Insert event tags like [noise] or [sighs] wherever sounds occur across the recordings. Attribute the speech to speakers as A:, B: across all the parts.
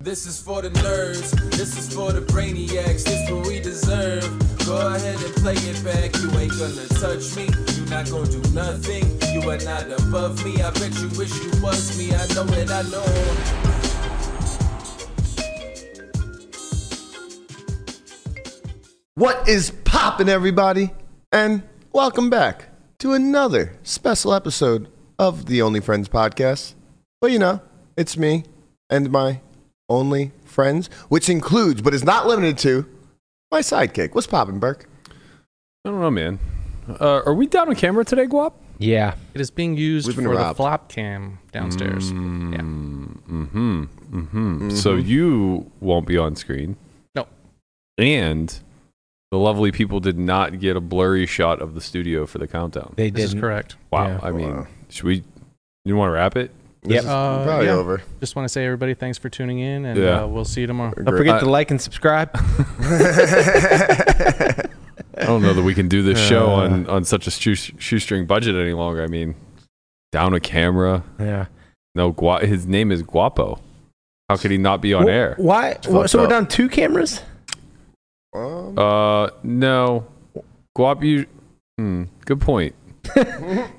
A: This is for the nerds. This is for the brainiacs. This what we deserve. Go ahead and play it back. You ain't gonna touch me. You not gonna do nothing. You are not above me. I bet you wish you was me. I know it. I know.
B: What is poppin', everybody? And welcome back to another special episode of the Only Friends podcast. Well, you know, it's me and my only friends, which includes, but is not limited to, my sidekick. What's poppin', Burke?
C: I don't know, man. Uh, are we down on camera today, Guap?
D: Yeah. It is being used
B: We've
D: for
B: been
D: the
B: robbed.
D: flop cam downstairs. Yeah.
C: Mm-hmm. Mm-hmm. So you won't be on screen,
D: No.
C: and the lovely people did not get a blurry shot of the studio for the countdown.
E: They
D: This
E: didn't.
D: is correct.
C: Wow.
D: Yeah.
C: I mean,
B: Wow.
C: should we? You want to wrap it?
B: This is
D: Uh,
B: probably
D: yeah.
B: over.
D: Just want to say, everybody, thanks for tuning in, and
C: Yeah.
D: uh, we'll see you tomorrow.
E: Don't forget
C: Uh,
E: to like and
C: [laughs]
E: subscribe.
C: I don't know that we can do [laughs] this show on on such a shoe, shoestring budget any longer. I mean, down a camera.
E: yeah.
C: No, Gua- his name is Guapo. How could he not be on
E: Wh-
C: air?
E: Why? wh-
C: fucked
E: so
C: up.
E: we're down two cameras?
B: Um,
C: Uh, no. Guap, you. Hmm, good point.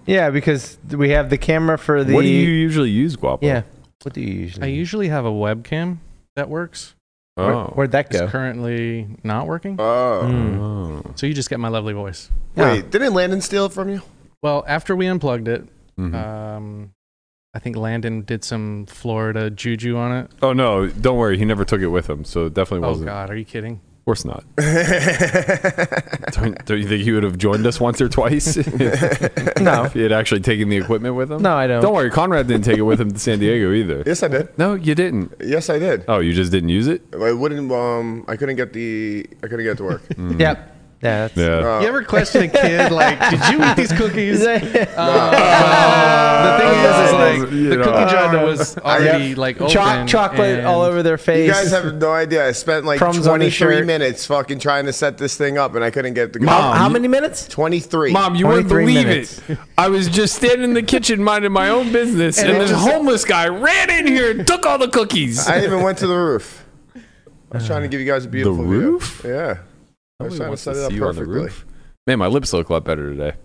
E: Yeah, because we have the camera for the.
C: what do you usually use, Guapo?
E: Yeah. What do you usually?
D: I usually have a webcam that works.
E: Where,
C: Oh.
E: Where'd that
D: It's
E: go?
D: currently not working,
B: oh.
E: Mm.
C: Oh.
D: so you just get my lovely voice.
E: Yeah.
B: Wait, didn't Landon steal it from you?
D: Well, after we unplugged it,
C: Mhm.
D: um, I think Landon did some Florida juju on it.
C: oh no! Don't worry, he never took it with him, so it definitely
D: Oh
C: wasn't.
D: God, are you kidding?
C: Of course
D: [laughs]
C: not. Don't, don't you think he would have joined us once or twice [laughs] if,
E: No.
C: if he had actually taken the equipment with him?
E: No, I don't.
C: Don't worry, Conrad didn't take it with him to San Diego either.
B: yes, I did.
C: No, you didn't.
B: Yes, I did.
E: Uh.
C: Oh, you just didn't use it?
D: Uh,
B: I wouldn't. Um, I couldn't get the. I couldn't get it to work.
E: Yep. Yeah. That's,
C: Yeah.
B: Uh,
D: You ever question a
E: [laughs]
D: kid like, "Did you eat these cookies?" Uh, the thing is, is like
C: You
D: the
C: know.
D: cookie jar
C: [laughs]
D: was [laughs] already like open
E: Choc- chocolate
D: and-
E: all over their face.
B: You guys have no idea. I spent like
E: Crumbs on his
B: 23
E: shirt.
B: minutes fucking trying to set this thing up, and I couldn't get the.
E: How, how
C: you-
E: many minutes?
B: 23.
C: Mom, you wouldn't
E: 23
C: believe
E: minutes.
C: it. I was just standing in the kitchen minding my own business, and,
E: it
C: this
E: just-
C: homeless guy ran in here and took all the cookies.
B: I even went to the roof. I was trying to give you guys a beautiful view.
C: roof?
B: Yeah. I was trying to set it up perfectly.
C: Man, my lips look a lot better today.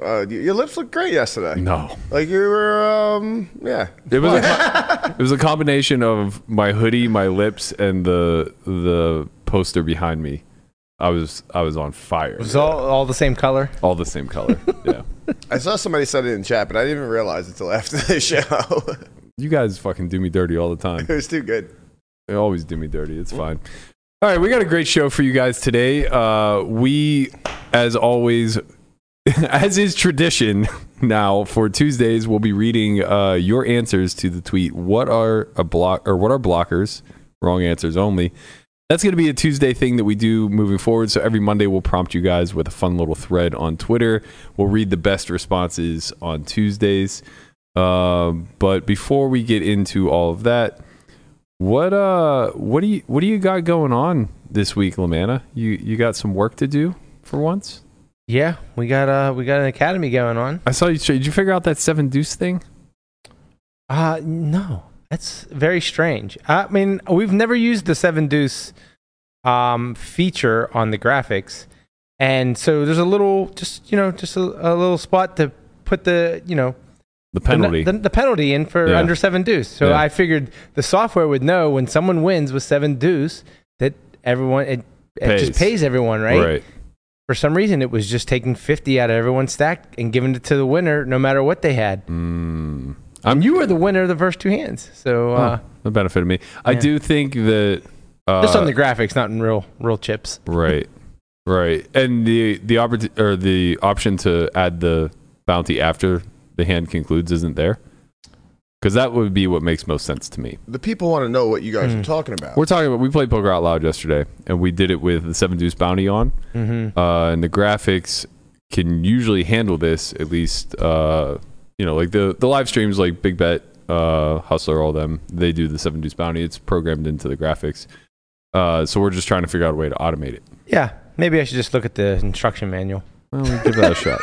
B: Uh, y- your lips looked great yesterday.
C: No,
B: Like you were, um, yeah.
C: it was a, co- it was a combination of my hoodie, my lips, and the the poster behind me. I was I was on fire.
E: It's all, all the same color.
C: All the
B: [laughs]
C: same color. Yeah,
B: I saw somebody said it in chat, but I didn't even realize it till after [laughs] the show.
C: you guys fucking do me dirty all the time.
B: it was too good.
C: They always do me dirty. It's fine. All right, we got a great show for you guys today. Uh, we, as always, [laughs] as is tradition [laughs] now for Tuesdays, we'll be reading uh, your answers to the tweet. What are a block or what are blockers? Wrong answers only. That's going to be a Tuesday thing that we do moving forward. So every Monday, we'll prompt you guys with a fun little thread on Twitter. We'll read the best responses on Tuesdays. Um, but before we get into all of that, what uh, what do you what do you got going on this week, Lamanna? You you got some work to do for once.
E: Yeah, we got uh we got an academy going on.
C: I saw you. Did you figure out that seven deuce thing?
E: Uh no. That's very strange. I mean, we've never used the seven deuce um feature on the graphics. And so there's a little just you know, just a, a little spot to put the you know
C: The
E: the-
C: penalty.
E: the, the penalty in for
C: Yeah.
E: under seven deuce. So
C: Yeah.
E: I figured the software would know when someone wins with seven deuce that everyone it, it just
C: Pays.
E: pays everyone,
C: Right.
E: for some reason it was just taking 50 out of everyone's stack and giving it to the winner no matter what they had
C: Mm. I'm
E: you were the winner of the first two hands so uh,
C: Huh. that benefited me. I
E: yeah.
C: do think that uh,
E: just on the graphics not in real real chips
C: right, right, and the the oppor- or the option to add the bounty after the hand concludes isn't there because that would be what makes most sense to me.
B: The people want to know what you guys are
E: Mm.
B: talking about.
C: Hmm. We're talking about we played poker out loud yesterday, and we did it with the seven deuce bounty on.
E: mm-hmm.
C: uh, and the graphics can usually handle this at least uh, you know like the the live streams like big bet uh, hustler all them they do the seven deuce bounty it's programmed into the graphics uh, so we're just trying to figure out a way to automate it
E: yeah maybe i should just look at the instruction manual [laughs]
C: well, we give that a shot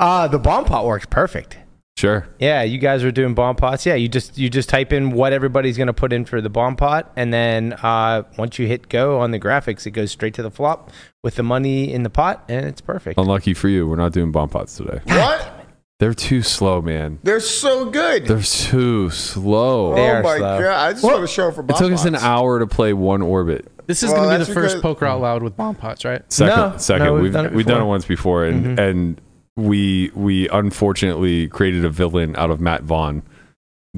E: uh, the bomb pot works perfect
C: Sure.
E: Yeah, you guys were doing bomb pots. Yeah, you just you just type in what everybody's gonna put in for the bomb pot, and then uh, once you hit go on the graphics, it goes straight to the flop with the money in the pot, and it's perfect.
C: Unlucky for you, we're not doing bomb pots today.
B: What?
C: They're too slow, man.
B: They're so good.
C: They're too slow.
E: They
B: oh
E: are
B: my
E: slow.
B: god! I just want to show for.
C: it took us an
B: Bob-Bots.
C: hour to play one orbit.
D: This is
B: Well,
D: going to be
B: that's
D: the first
B: because-
D: poker out loud with bomb pots, right?
C: Second,
E: No,
C: second,
E: no,
C: we've we've done, it
E: before. Mm-hmm.
C: once before, and and we we unfortunately created a villain out of Matt Vaughn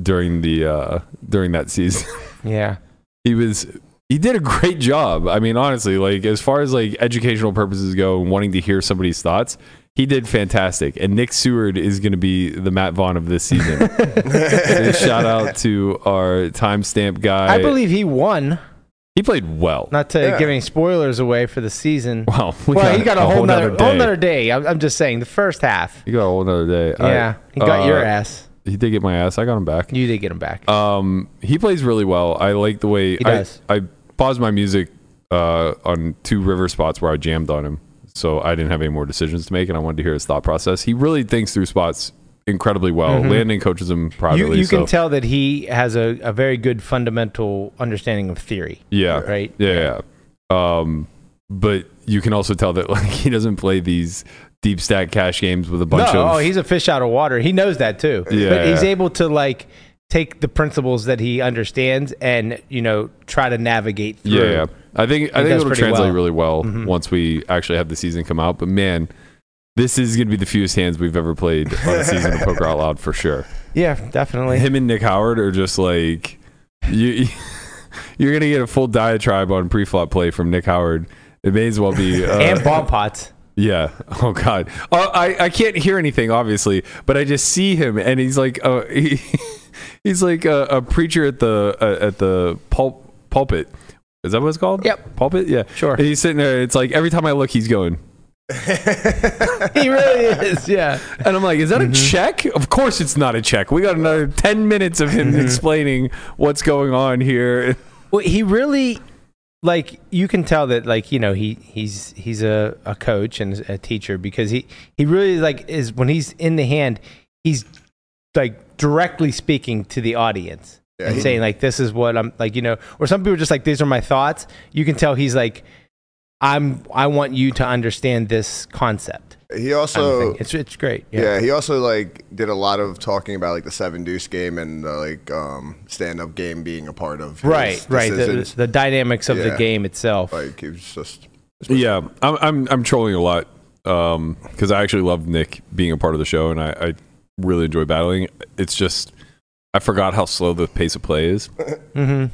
C: during the uh, during that season. [laughs]
E: Yeah,
C: he was he did a great job. I mean, honestly, like as far as like educational purposes go and wanting to hear somebody's thoughts, he did fantastic. And Nick Seward is going to be the Matt Vaughn of this
E: [laughs]
C: season. And shout out to our timestamp guy.
E: I, believe he won.
C: he played well.
E: Not to
B: Yeah.
E: give any spoilers away for the season.
C: well, we
E: well, he got a, whole
C: nother
E: nother whole nother day. I'm, I'm just saying the first half.
C: He got a whole nother day. All
E: yeah,
C: right.
E: he got your
C: Uh,
E: ass.
C: He did get my ass. I got him back.
E: You did get him back.
C: Um, he plays really well. I like the way
E: He
C: I,
E: does.
C: I paused my music uh, on two river spots where I jammed on him, so I didn't have any more decisions to make, and I wanted to hear his thought process. He really thinks through spots incredibly well. Landon coaches him
E: you
C: privately.
E: Mm-hmm. you can
C: so-
E: tell that he has a, a very good fundamental understanding of theory.
C: Yeah.
E: Right?
C: Yeah. yeah. Um, but you can also tell that like [laughs] he doesn't play these deep stack cash games with a bunch
E: no,
C: of.
E: oh, he's a fish out of water. He knows that too.
C: Yeah,
E: but he's
C: yeah.
E: able to like take the principles that he understands and you know try to navigate through.
C: Yeah, yeah. I think I
E: He
C: think
E: does
C: it'll
E: pretty
C: translate
E: well. Mm-hmm.
C: really well once we actually have the season come out. But man, this is gonna be the fewest hands we've ever played on a season of Poker Out Loud for
E: [laughs]
C: sure.
E: Yeah, definitely.
C: Him and Nick Howard are just like you. [laughs] You're gonna get a full diatribe on pre-flop play from Nick Howard. It may as well be uh,
E: and bomb pots. [laughs]
C: yeah. [laughs] Oh God. Uh, I I can't hear anything obviously, but I just see him, and he's like uh, [laughs] he, he's like a, a preacher at the uh, at the pulp pulpit. Is that what it's called?
E: Yep.
C: Pulpit. Yeah.
E: Sure.
C: And he's sitting there. It's like every time I look, he's going,
E: he really is. Yeah.
C: and I'm like, is that a
E: Mm-hmm.
C: check? Of course, it's not a check. We got another ten minutes of
E: Mm-hmm.
C: him explaining what's going on here. [laughs]
E: Well, he really like you can tell that like you know he he's he's a, a coach and a teacher because he he really like is when he's in the hand he's like directly speaking to the audience and
B: he-
E: saying like this is what I'm like you know or some people are just like these are my thoughts you can tell he's like I'm I want you to understand this concept
B: He
E: kind of
B: also
E: thing. it's it's great
B: Oh. Yeah. he also like did a lot of talking about like the seven deuce game and the like um stand up game being a part of his
E: right right the,
B: decisions.
E: the dynamics of the
B: Yeah.
E: game itself
B: like it was just
C: Yeah, I'm I'm I'm trolling a lot because I actually love Nick being a part of the show, and I, I really enjoy battling. It's just I forgot how slow the pace of play is,
E: hmm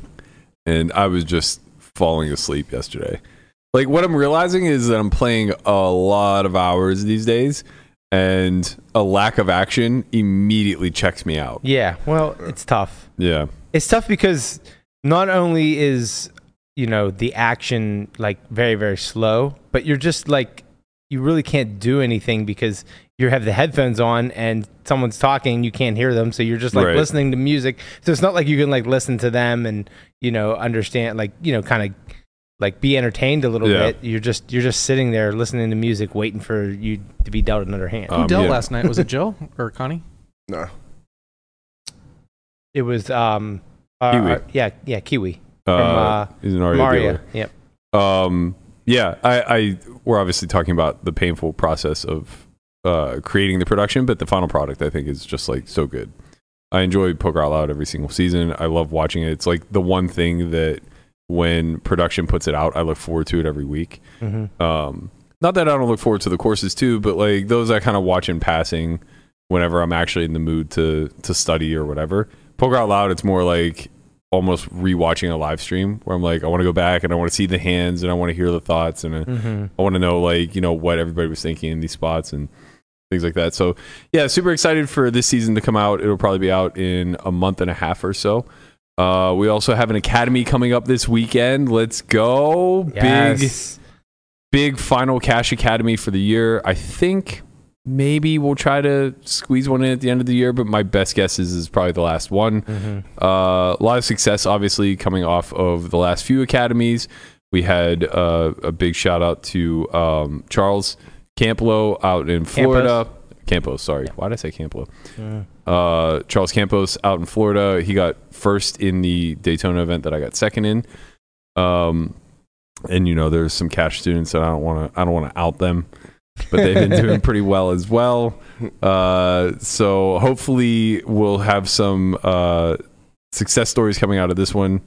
C: and I was just falling asleep yesterday. Like what I'm realizing is that I'm playing a lot of hours these days, and a lack of action immediately checks me out.
E: yeah well it's tough
C: Yeah,
E: it's tough because not only is you know the action like very very slow but you're just like you really can't do anything because you have the headphones on and someone's talking you can't hear them so you're just like
C: Right.
E: listening to music so it's not like you can like listen to them and you know understand like you know kind of like be entertained a little
C: Yeah.
E: bit you're just you're just sitting there listening to music waiting for you to be dealt another hand
C: Um,
D: Who dealt
C: yeah.
D: last night? Was it Jill or Connie?
B: no.
E: it was um uh,
C: Kiwi.
E: yeah yeah kiwi
C: uh,
E: uh,
C: he's an E already
E: mario yep
C: um yeah I, I we're obviously talking about the painful process of uh creating the production but the final product i think is just like so good i enjoy poker out loud every single season i love watching it it's like the one thing that when production puts it out i look forward to it every week
E: Mhm.
C: um not that i don't look forward to the courses too but like those i kind of watch in passing whenever i'm actually in the mood to to study or whatever poker out loud it's more like almost rewatching a live stream where i'm like i want to go back and i want to see the hands and i want to hear the thoughts and uh,
E: Mm-hmm.
C: i want to know like you know what everybody was thinking in these spots and things like that so yeah super excited for this season to come out it'll probably be out in a month and a half or so uh, we also have an academy coming up this weekend let's go big
E: Yes.
C: big final cash academy for the year. I think maybe we'll try to squeeze one in at the end of the year, but my best guess is is probably the last one.
E: Mm-hmm.
C: Uh, a lot of success, obviously, coming off of the last few academies. We had uh, a big shout out to um, Charles Camplo out in Florida. Campos, sorry. Why did I say Camplo? Uh, Charles Campos out in Florida, he got first in the Daytona event that I got second in. Um, and you know, there's some cash students that I don't want to I don't want to out them, but they've been doing pretty well as well. Uh, so hopefully we'll have some uh, success stories coming out of this one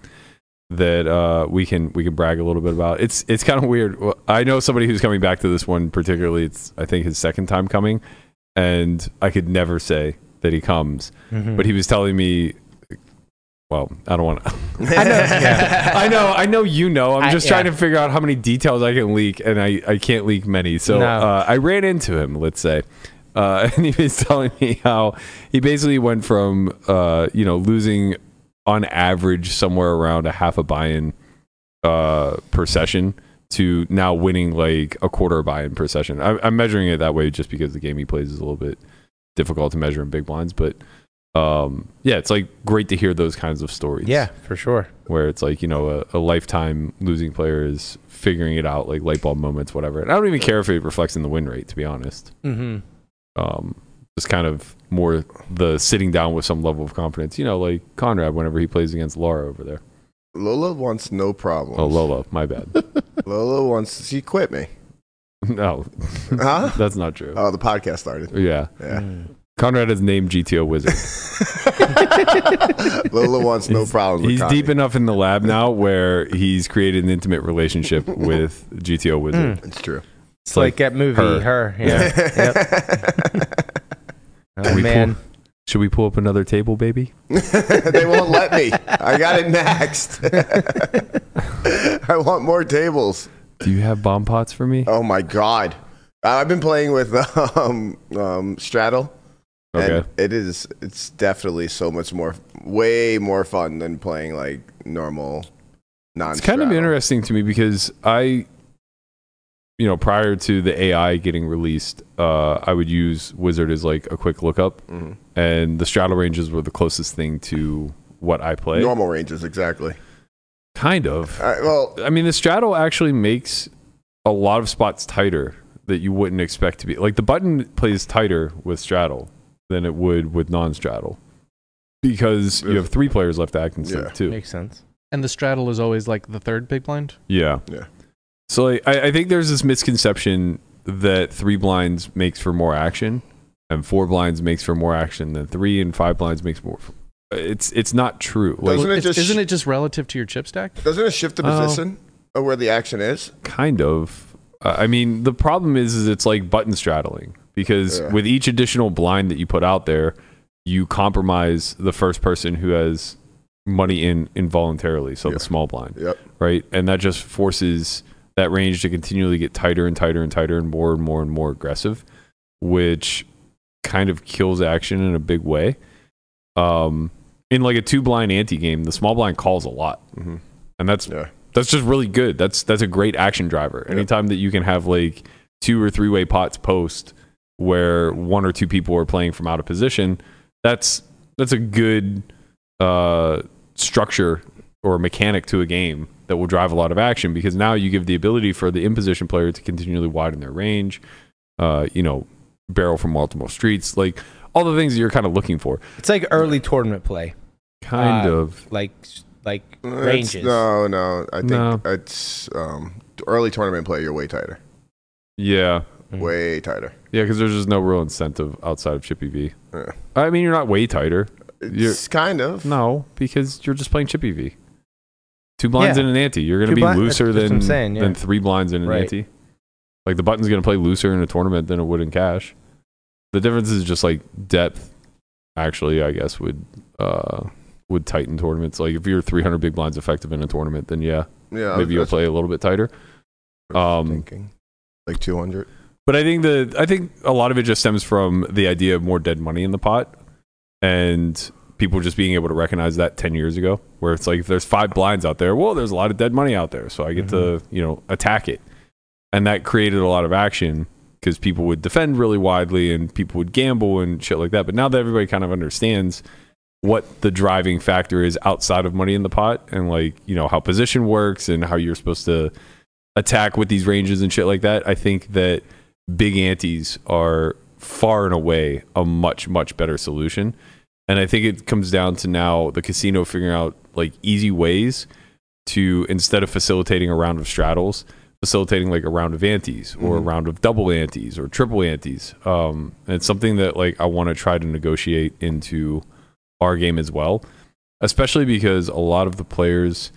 C: that uh, we can we can brag a little bit about. It's it's kind of weird. Well, I know somebody who's coming back to this one particularly. It's I think his second time coming, and I could never say that he comes,
E: Mm-hmm.
C: but he was telling me. Well, I don't want to.
B: [laughs]
E: I know. yeah.
C: [laughs] I know, I know, you know. I'm
E: I-
C: just
E: yeah.
C: trying to figure out how many details I can leak, and I, I can't leak many. So
E: No.
C: uh, I ran into him, let's say, uh, [laughs] and he was telling me how he basically went from uh, you know losing on average somewhere around a half a buy-in uh, per session to now winning like a quarter buy-in per session. I, I'm measuring it that way just because the game he plays is a little bit difficult to measure in big blinds, but. Um, yeah, it's like great to hear those kinds of stories
E: Yeah, for sure.
C: where it's like you know a, a lifetime losing player is figuring it out like light bulb moments whatever and i don't even care if it reflects in the win rate to be honest
E: Mm-hmm.
C: um just kind of more the sitting down with some level of confidence you know like conrad whenever he plays against laura over there
B: Lola wants no problems.
C: oh lolo my bad [laughs]
B: Lola wants. She quit me.
C: no
E: [laughs]
B: Huh?
C: that's not true
B: Oh, the podcast started.
C: yeah
B: Yeah.
E: Mm.
C: conrad is named gto [laughs] wizard
B: Lola wants no
C: He's-
B: problems. with
C: he's
B: Connie.
C: deep enough in the lab now where he's created an intimate relationship [laughs] with gto wizard
B: It's true.
E: It's like, that movie,
C: her.
E: her. yeah. Oh,
C: We
E: man.
C: should we pull up another table baby
B: [laughs] they won't let me. I got it next. [laughs] I want more tables.
C: do you have bomb pots for me
B: Oh my god. Uh, I've been playing with [laughs] um, um, Straddle. And
C: okay
B: it is. It's definitely so much more, way more fun than playing like normal. Non.
C: it's kind of interesting to me because I, you know, prior to the AI getting released, uh, I would use Wizard as like a quick lookup, and the straddle ranges were the closest thing to what I play.
B: Normal ranges, exactly.
C: Kind of.
B: All right, well,
C: I mean, the straddle actually makes a lot of spots tighter that you wouldn't expect to be. Like the button plays tighter with straddle than it would with non-straddle because you have three players left to act instead
B: Yeah.
C: of two.
E: Makes sense.
D: And the straddle is always like the third big blind.
C: Yeah.
B: Yeah.
C: So like, I, I think there's this misconception that three blinds makes for more action, and four blinds makes for more action than three, and five blinds makes more. It's it's not true. Like
B: Doesn't it
D: It's-
B: just-
D: isn't it just relative to your chip stack?
B: doesn't it shift the
C: Oh.
B: position of where the action is?
C: kind of. Uh, I mean, the problem is, is it's like button straddling because
B: Yeah.
C: with each additional blind that you put out there, you compromise the first person who has money in involuntarily. So
B: Yeah.
C: the small blind.
B: Yep.
C: right? And that just forces that range to continually get tighter and tighter and tighter and more and more and more aggressive, which kind of kills action in a big way. Um, in like a two blind ante game, the small blind calls a lot,
B: Mhm.
C: and that's
B: Yeah.
C: that's just really good. That's that's a great action driver.
B: Yeah.
C: Anytime that you can have like two or three way pots post where one or two people are playing from out of position, that's that's a good uh, structure or mechanic to a game that will drive a lot of action because now you give the ability for the imposition player to continually widen their range, uh, you know, barrel from multiple streets, like all the things that you're kind of looking for.
E: It's like early tournament play,
C: Kind
E: Uh,
C: of.
E: like like
D: uh,
B: It's-
E: ranges.
B: No, no. I think
C: No.
B: it's um, early tournament play. You're way tighter.
C: Yeah.
E: Mm.
B: Way tighter.
C: Yeah, because there's just no real incentive outside of Chippy V. I
B: Yeah.
C: mean, you're not way tighter.
B: It's
C: You're-
B: kind of.
C: No, because you're just playing Chippy V. Two blinds
E: Yeah.
C: and an ante. You're going to
E: Two
C: be
E: blind- that's
C: looser
E: just what
C: than,
E: I'm saying, yeah.
C: than three blinds and an
E: Right.
C: ante. Like the button's going to play looser in a tournament than it would in cash. The difference is just like depth. Actually, I guess would uh, would tighten tournaments. Like if you're 300 big blinds effective in a tournament, then yeah,
B: Yeah.
C: maybe you'll play a little bit tighter. um,
B: thinking. Like 200.
C: But I think the I think a lot of it just stems from the idea of more dead money in the pot and people just being able to recognize that 10 years ago where it's like if there's five blinds out there, well, there's a lot of dead money out there, so I get to, you know, attack it. And that created a lot of action because people would defend really widely and people would gamble and shit like that. But now that everybody kind of understands what the driving factor is outside of money in the pot and like, you know, how position works and how you're supposed to attack with these ranges and shit like that, I think that big antes are far and away a much much better solution. And I think it comes down to now the casino figuring out like easy ways to instead of facilitating a round of straddles, facilitating like a round of antes or a round of double antes or triple antes. Um, and it's something that like I want to try to negotiate into our game as well, especially because a lot of the players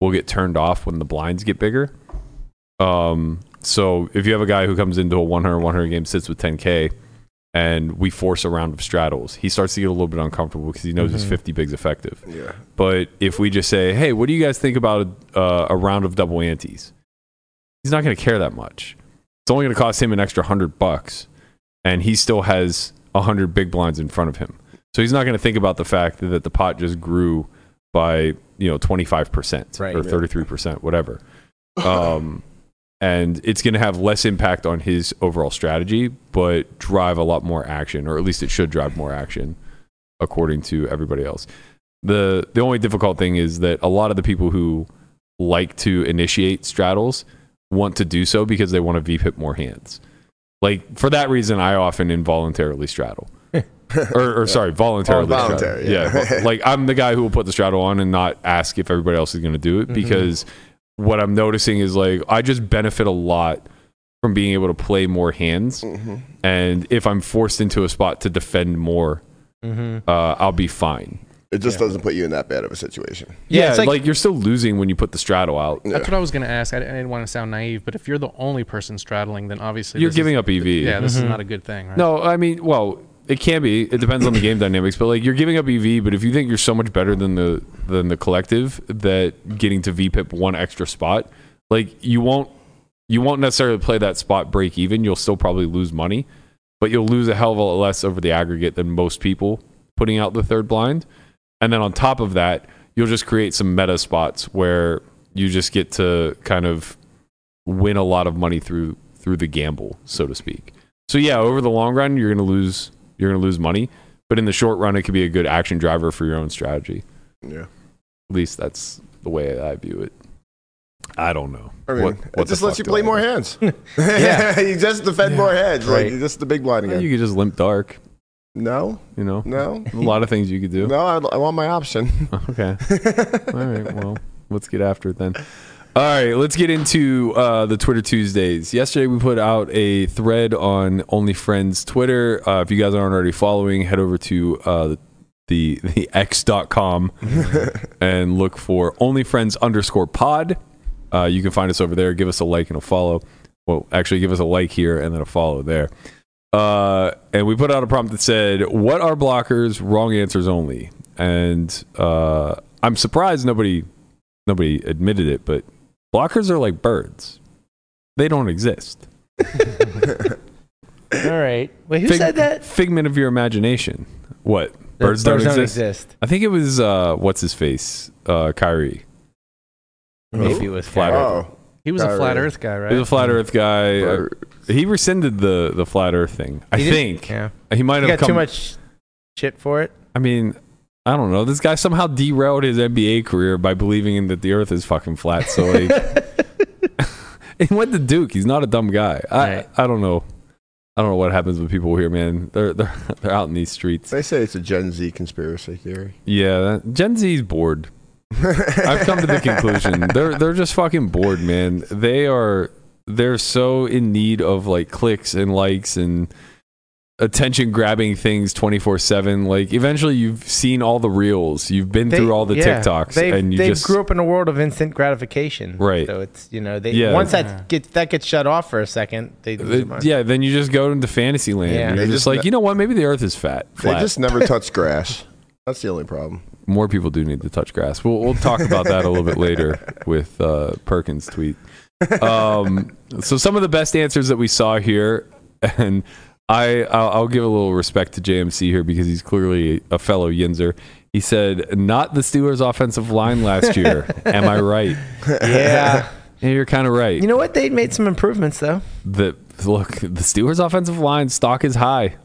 C: will get turned off when the blinds get bigger. Um, so if you have a guy who comes into a 100 100 game, sits with 10K, and we force a round of straddles, he starts to get a little bit uncomfortable because he knows his 50 big's effective.
B: Yeah.
C: But if we just say, hey, what do you guys think about a, uh, a round of double antes? He's not going to care that much. It's only going to cost him an extra 100 bucks, and he still has 100 big blinds in front of him. So he's not going to think about the fact that the pot just grew by, you know, 25%
E: Right.
C: or 33%, whatever. Um, and it's going to have less impact on his overall strategy, but drive a lot more action, or at least it should drive more action, according to everybody else. the The only difficult thing is that a lot of the people who like to initiate straddles want to do so because they want to v-pip more hands. Like for that reason, I often
B: [laughs]
C: involuntarily straddle, or, or sorry, voluntarily.
B: Oh, voluntary,
C: straddle.
B: yeah.
C: yeah. vo- like I'm the guy who will put the straddle on and not ask if everybody else is going to do it
B: Mm-hmm.
C: because what I'm noticing is like I just benefit a lot from being able to play more hands,
B: Mm. Mm-hmm.
C: and if I'm forced into a spot to defend more,
E: Mm-hmm.
C: uh, I'll be fine.
B: It just doesn't put you in that bad of a situation.
E: Yeah, it's
C: like,
E: like-
C: you're still losing when you put the straddle out.
B: Yeah.
D: That's what I was going to ask. I, I didn't want to sound naive, but if you're the only person straddling, then obviously
C: You're
D: this
C: giving
D: is,
C: up E EV.
D: Yeah, this
E: Mhm.
D: is not a good thing. Right?
C: No, I mean, well, it can be. It depends on the game dynamics, but like you're giving up EV, but if you think you're so much better than the than the collective that getting to VPIP one extra spot, like you won't you won't necessarily play that spot break even. You'll still probably lose money, but you'll lose a hell of a lot less over the aggregate than most people putting out the third blind. And then on top of that, you'll just create some meta spots where you just get to kind of win a lot of money through through the gamble, so to speak. So yeah, over the long run, you're gonna lose you're gonna lose money, but in the short run, it could be a good action driver for your own strategy.
B: Yeah.
C: At least that's the way I view it. I don't know.
B: I mean,
C: the
B: it just
C: fuck
B: lets you
C: do
B: play
C: I
B: more
C: know?
B: hands.
C: [laughs]
B: yeah. [laughs] you just defend more heads. Like,
E: Right.
B: you just the big blind again.
C: You could just limp dark.
B: no,
C: [laughs] You know,
B: no,
C: a lot of things you could do.
B: no, I, I want my option.
C: [laughs]
B: [laughs]
C: Okay. All right. Well, let's get after it then. All right. Let's get into uh, the Twitter Tuesdays. Yesterday, we put out a thread on Only Friends Twitter. Uh, if you guys aren't already following, head over to uh, the the x.com and look for Only Friends underscore pod. Uh, you can find us over there. Give us a like and a follow. Well, actually, give us a like here and then a follow there. Uh, and we put out a prompt that said, "What are blockers? Wrong answers only." And uh, I'm surprised nobody nobody admitted it, but blockers are like birds; they don't exist.
E: All right. Wait, who
C: Fig-
E: said that?
C: Figment of your imagination. What
E: That
C: birds, don't, exist. I think it was uh, what's his face, uh, Kyrie.
E: Maybe it was
C: Flat
E: Flat.
B: oh,
D: he was a flat
B: Kyrie.
D: Earth guy, right?
C: He's a flat Earth guy. Uh,
B: bird.
C: he rescinded the the flat Earth thing. I
E: He did-
C: think
E: Yeah.
C: he might
E: He
C: have
E: got
C: come.
E: too much shit for it.
C: I mean, I don't know. This guy somehow derailed his NBA career by believing in that the Earth is fucking flat. So
E: [laughs]
C: like, he went to Duke. He's not a dumb guy. I
E: Right.
C: I don't know. I don't know what happens with people here, man. They're they're [laughs] they're out in these streets.
B: They say it's a Gen Z conspiracy theory.
C: Yeah, that- Gen Z's bored. [laughs] I've come to the conclusion they're they're just fucking bored, man. They are they're so in need of like clicks and likes and attention grabbing things 24/7 like eventually you've seen all the reels you've been
E: They-
C: through all the
E: yeah,
C: TikToks
E: They've,
C: and you
E: they've
C: just
E: grew up in a world of instant gratification.
C: Right.
E: So it's you know they
C: Yeah.
E: once
D: Yeah.
E: that gets that gets shut off for a second, they lose their
C: Th-
E: mind.
C: yeah, then you just go into fantasy land.
E: Yeah.
C: You're
B: They
C: just,
B: just
C: like,
B: ne-
C: you know what? Maybe the Earth is fat.
B: They
C: Flat.
B: just
C: [laughs]
B: never touch grass. That's the only problem.
C: More people do need to touch grass. We'll, we'll talk about that a little bit
B: [laughs]
C: later with uh, Perkins' tweet. Um, so some of the best answers that we saw here, and I I'll, I'll give a little respect to JMC here because he's clearly a fellow Yinzer. He said, "Not the Steelers' offensive line last year."
B: [laughs]
C: Am I right? [laughs]
E: Yeah.
C: Yeah, you're kind of right.
E: you know what? They made some improvements
C: [laughs]
E: though.
C: the look, the Steelers' offensive line stock is high.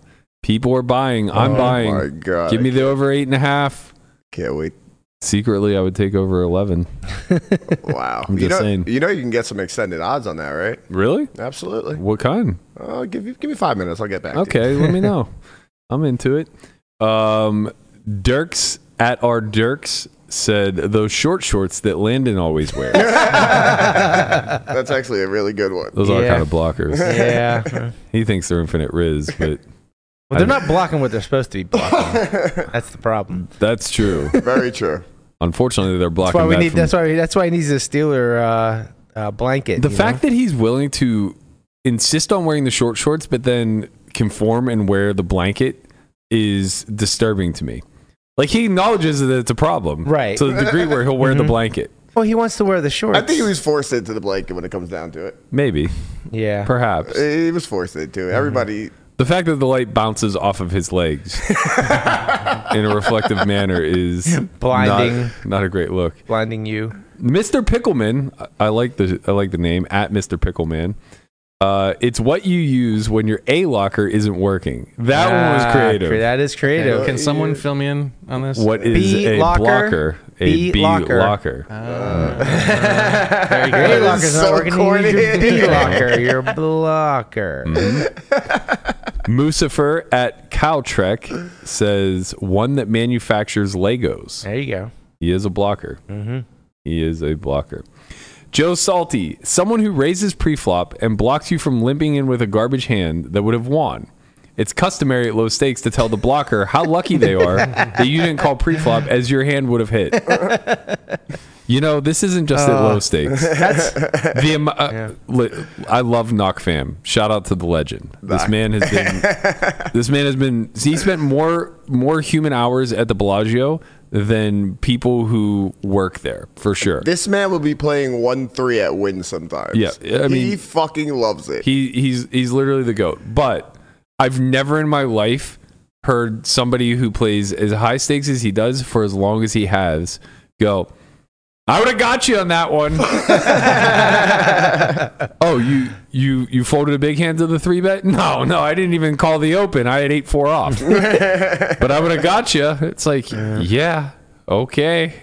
C: People are buying. I'm
B: Oh
C: buying.
B: my god!
C: Give me the over eight and a half.
B: Can't wait
C: Secretly, I would take over 11.
B: Wow.
C: I'm
B: you
C: just
B: know,
C: saying.
B: You know you can get some extended odds on that, right?
C: Really?
B: Absolutely.
C: What kind?
B: Uh, give you- give me five minutes. I'll get back. To you.
C: Okay, let me
E: [laughs]
C: know. I'm into it. Um, Dirks at our Dirks said those short shorts that Landon always
E: [laughs]
C: wears.
B: That's actually a really good
C: [laughs]
B: one.
C: Those are
E: Yeah.
C: kind of blockers.
E: yeah. Well,
C: He thinks they're infinite riz, but
E: they're not blocking what they're supposed to be blocking. That's the problem.
C: that's
E: [laughs]
C: true.
B: Very true.
C: Unfortunately, they're
E: That's
C: blocking.
E: why we
C: that
E: need.
C: from-
E: That's why. That's why he needs a Steeler uh, uh, blanket.
C: the
E: you
C: fact that he's willing to insist on wearing the short shorts, but then conform and wear the blanket is disturbing to me. Like he acknowledges that it's a problem,
E: Right.
C: To the degree where he'll wear the blanket,
E: know? Oh, he wants to wear the shorts.
B: I think he was forced into the blanket when it comes down to it.
C: maybe,
E: Yeah.
C: perhaps.
B: He was forced into it. Everybody.
C: The fact that the light bounces off of his
E: [laughs]
C: legs in a reflective manner is
E: Blinding.
C: Not, not a great look.
E: blinding you.
C: Mr. Pickleman, I- I like the I like the name at Mr. Pickleman. Uh, it's what you use when your A locker isn't working. That one was
E: Ah,
C: creative.
E: cre- That is creative.
D: Can someone fill me in on this?
C: What is
E: B
C: a
E: locker,
C: blocker? A
E: B
C: B locker.
E: locker. Uh.
D: Very
E: Your A
D: good.
E: locker's
B: is
E: not
B: so
E: working. You need your
B: corny.
E: [laughs] B locker. Your blocker.
C: Mm-hmm. Lucifer at Caltrek says one that manufactures Legos.
E: There you go.
C: He is a blocker.
E: Mm-hmm.
C: He is a blocker. Joe Salty, someone who raises preflop and blocks you from limping in with a garbage hand that would have won. It's customary at low stakes to tell the blocker how lucky they are that you didn't call preflop as your hand would have hit. You know, this isn't just at low stakes. the am- uh, li- I love Knock Fam. Shout out to the legend. This man has been this man has been he spent more more human hours at the Bellagio than people who work there for sure.
B: This man will be playing one three at win sometimes.
C: Yeah, I
B: he
C: mean-
B: fucking loves it.
C: He he's he's literally the goat. But I've never in my life heard somebody who plays as high stakes as he does for as long as he has go. I would have got you on
B: [laughs]
C: that one. oh, you you you folded a big hand to the three bet? [laughs] No, no, I didn't even call the open. I had eight
B: [laughs]
C: four off. but I would have got you. It's like, yeah, okay.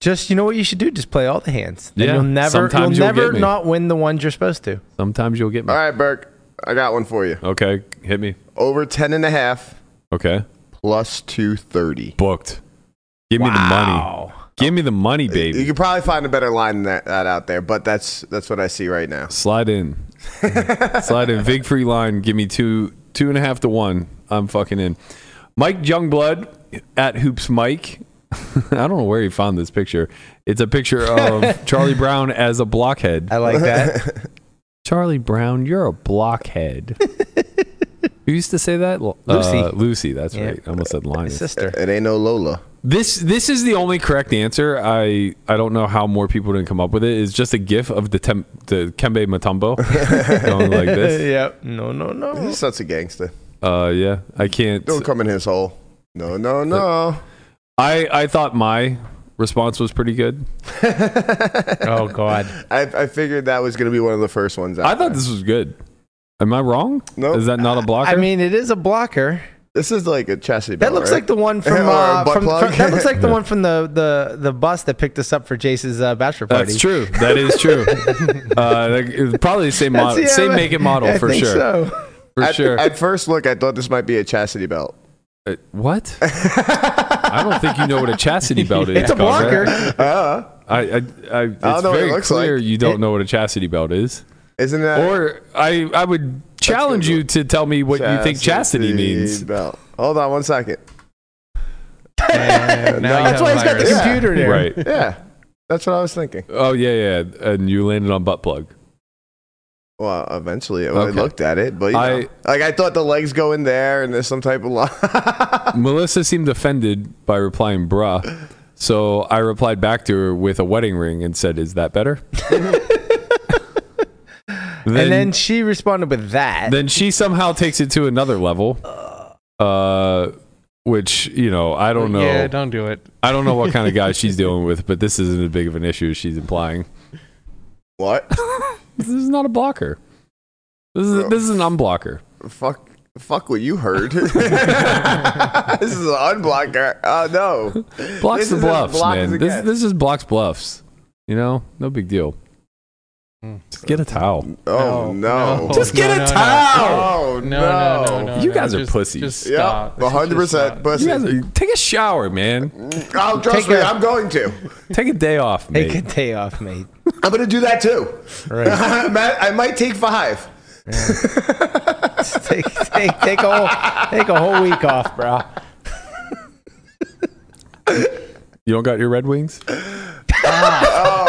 E: Just you know what you should do. Just play all the hands. Then
C: Yeah.
E: you'll never,
C: Sometimes
E: you'll
C: you'll get
E: never
C: me.
E: not win the ones you're supposed to.
C: Sometimes you'll get me.
B: All right, Burke. I got one for you.
C: Okay, hit me.
B: Over ten and a half
C: Okay,
B: plus two thirty.
C: booked. Give me the money. Give me the money,
E: Uh,
B: You
C: baby.
B: could probably find a better line than that, that out there, but that's that's what I see right now.
C: Slide
E: [laughs]
C: in. Slide in. Big free line. Give me two two and a half to one. I'm fucking in. Mike Youngblood at Hoops Mike. [laughs] I don't know where he found this picture. It's a picture
E: [laughs]
C: of Charlie Brown as a blockhead.
E: I
C: [laughs]
E: like that.
B: [laughs]
C: Charlie Brown, you're a
E: [laughs]
C: blockhead. Who used to say that? L-
E: Lucy.
C: Uh, Lucy, that's
E: Yeah.
C: right. I almost said
E: My
C: Linus.
E: sister.
B: It ain't no Lola.
C: This this is the only correct answer. I I don't know how more people didn't come up with it. It's just a gif of the tem, the Kembe Matumbo
B: [laughs]
C: going like this.
E: [laughs] yep. No, no, no.
B: He's such a gangster.
C: Uh, yeah, I can't.
B: Don't come in his hole. No, no, no.
C: I I thought my response was pretty good.
E: Oh God.
B: I, I figured that was going to be one of the first ones. Out
C: I thought this was good. Am I wrong?
B: Nope.
C: Is that not a blocker?
E: I mean, it is a blocker.
B: this is like a chastity
E: That
B: belt,
E: looks
B: right?
E: like the one
B: Or
E: from,
B: a
E: uh,
B: butt
E: from,
B: plug.
E: from- that
C: [laughs]
E: looks like the one from the, the, the bus that picked us up for Jace's uh, bachelor party.
C: that's true. That is
E: [laughs]
C: true. uh, that- it's probably the same
E: That's-
C: model,
E: yeah,
C: same
E: I-
C: make and model
E: I
C: for
E: think
C: sure.
E: so.
C: For
B: at,
C: sure.
B: At first look, I thought this might be a chastity belt.
C: Uh, what? I don't think you know what a chastity belt is.
E: [laughs] It's a
C: Conrad.
E: blocker.
B: [laughs] Uh-huh.
C: I, I, I, it's
B: know what it
C: very
B: looks
C: clear
B: like.
C: you don't know what a chastity belt is.
B: Isn't that
C: Or I, I would challenge you to tell me what you think chastity means.
B: Belt. Hold on one second.
D: Uh, now you
E: That's
D: have
E: why he's got the
D: virus.
B: Yeah.
E: computer there.
C: Right.
B: Yeah, that's what I was thinking.
C: Oh yeah, yeah. And you landed on butt plug.
B: Well, eventually I
C: Okay.
B: looked at it, but you
C: I-
B: know, like I thought the legs go in there and there's some type of line.
C: Melissa seemed offended by replying bruh. So I replied back to her with a wedding ring and said, Is that better? then,
E: And then
C: then,
E: she responded with that.
C: she somehow takes it to another level. Uh which, you know, I don't know.
D: Yeah, don't do it.
C: I don't know what kind of guy she's dealing with, but this isn't as big of an issue as she's implying.
B: [laughs] what?
C: [laughs] This is not a blocker. This is this is an unblocker.
B: Fuck. Fuck what you heard. [laughs] this is an unblocker. Oh no.
C: Blocks
B: This
C: the
B: is as
C: bluffs,
B: block as
C: man.
B: it
C: This,
B: gets.
C: this is blocks bluffs. You know, no big deal.
B: Hmm.
D: Mm.
C: Just get a towel.
B: Oh no.
C: [laughs]
D: no.
C: Just get
D: No,
C: a
D: no, no.
C: towel.
B: Oh
D: No, no, no, no.
C: You
D: no,
C: guys are
D: just-
C: pussies.
D: Just
B: Yep,
D: stop. Just
B: 100%
D: stop.
B: pussy.
C: You guys are- take a shower, man.
B: Oh, trust
E: Take
B: me,
E: a-
B: i I'm going to.
C: Take a day off, mate.
E: Take a day off, mate.
B: I'm going to do that too. [laughs] Matt, I might take five.
E: take, take, take a whole, take a whole week off, bro.
C: you don't got your Red Wings?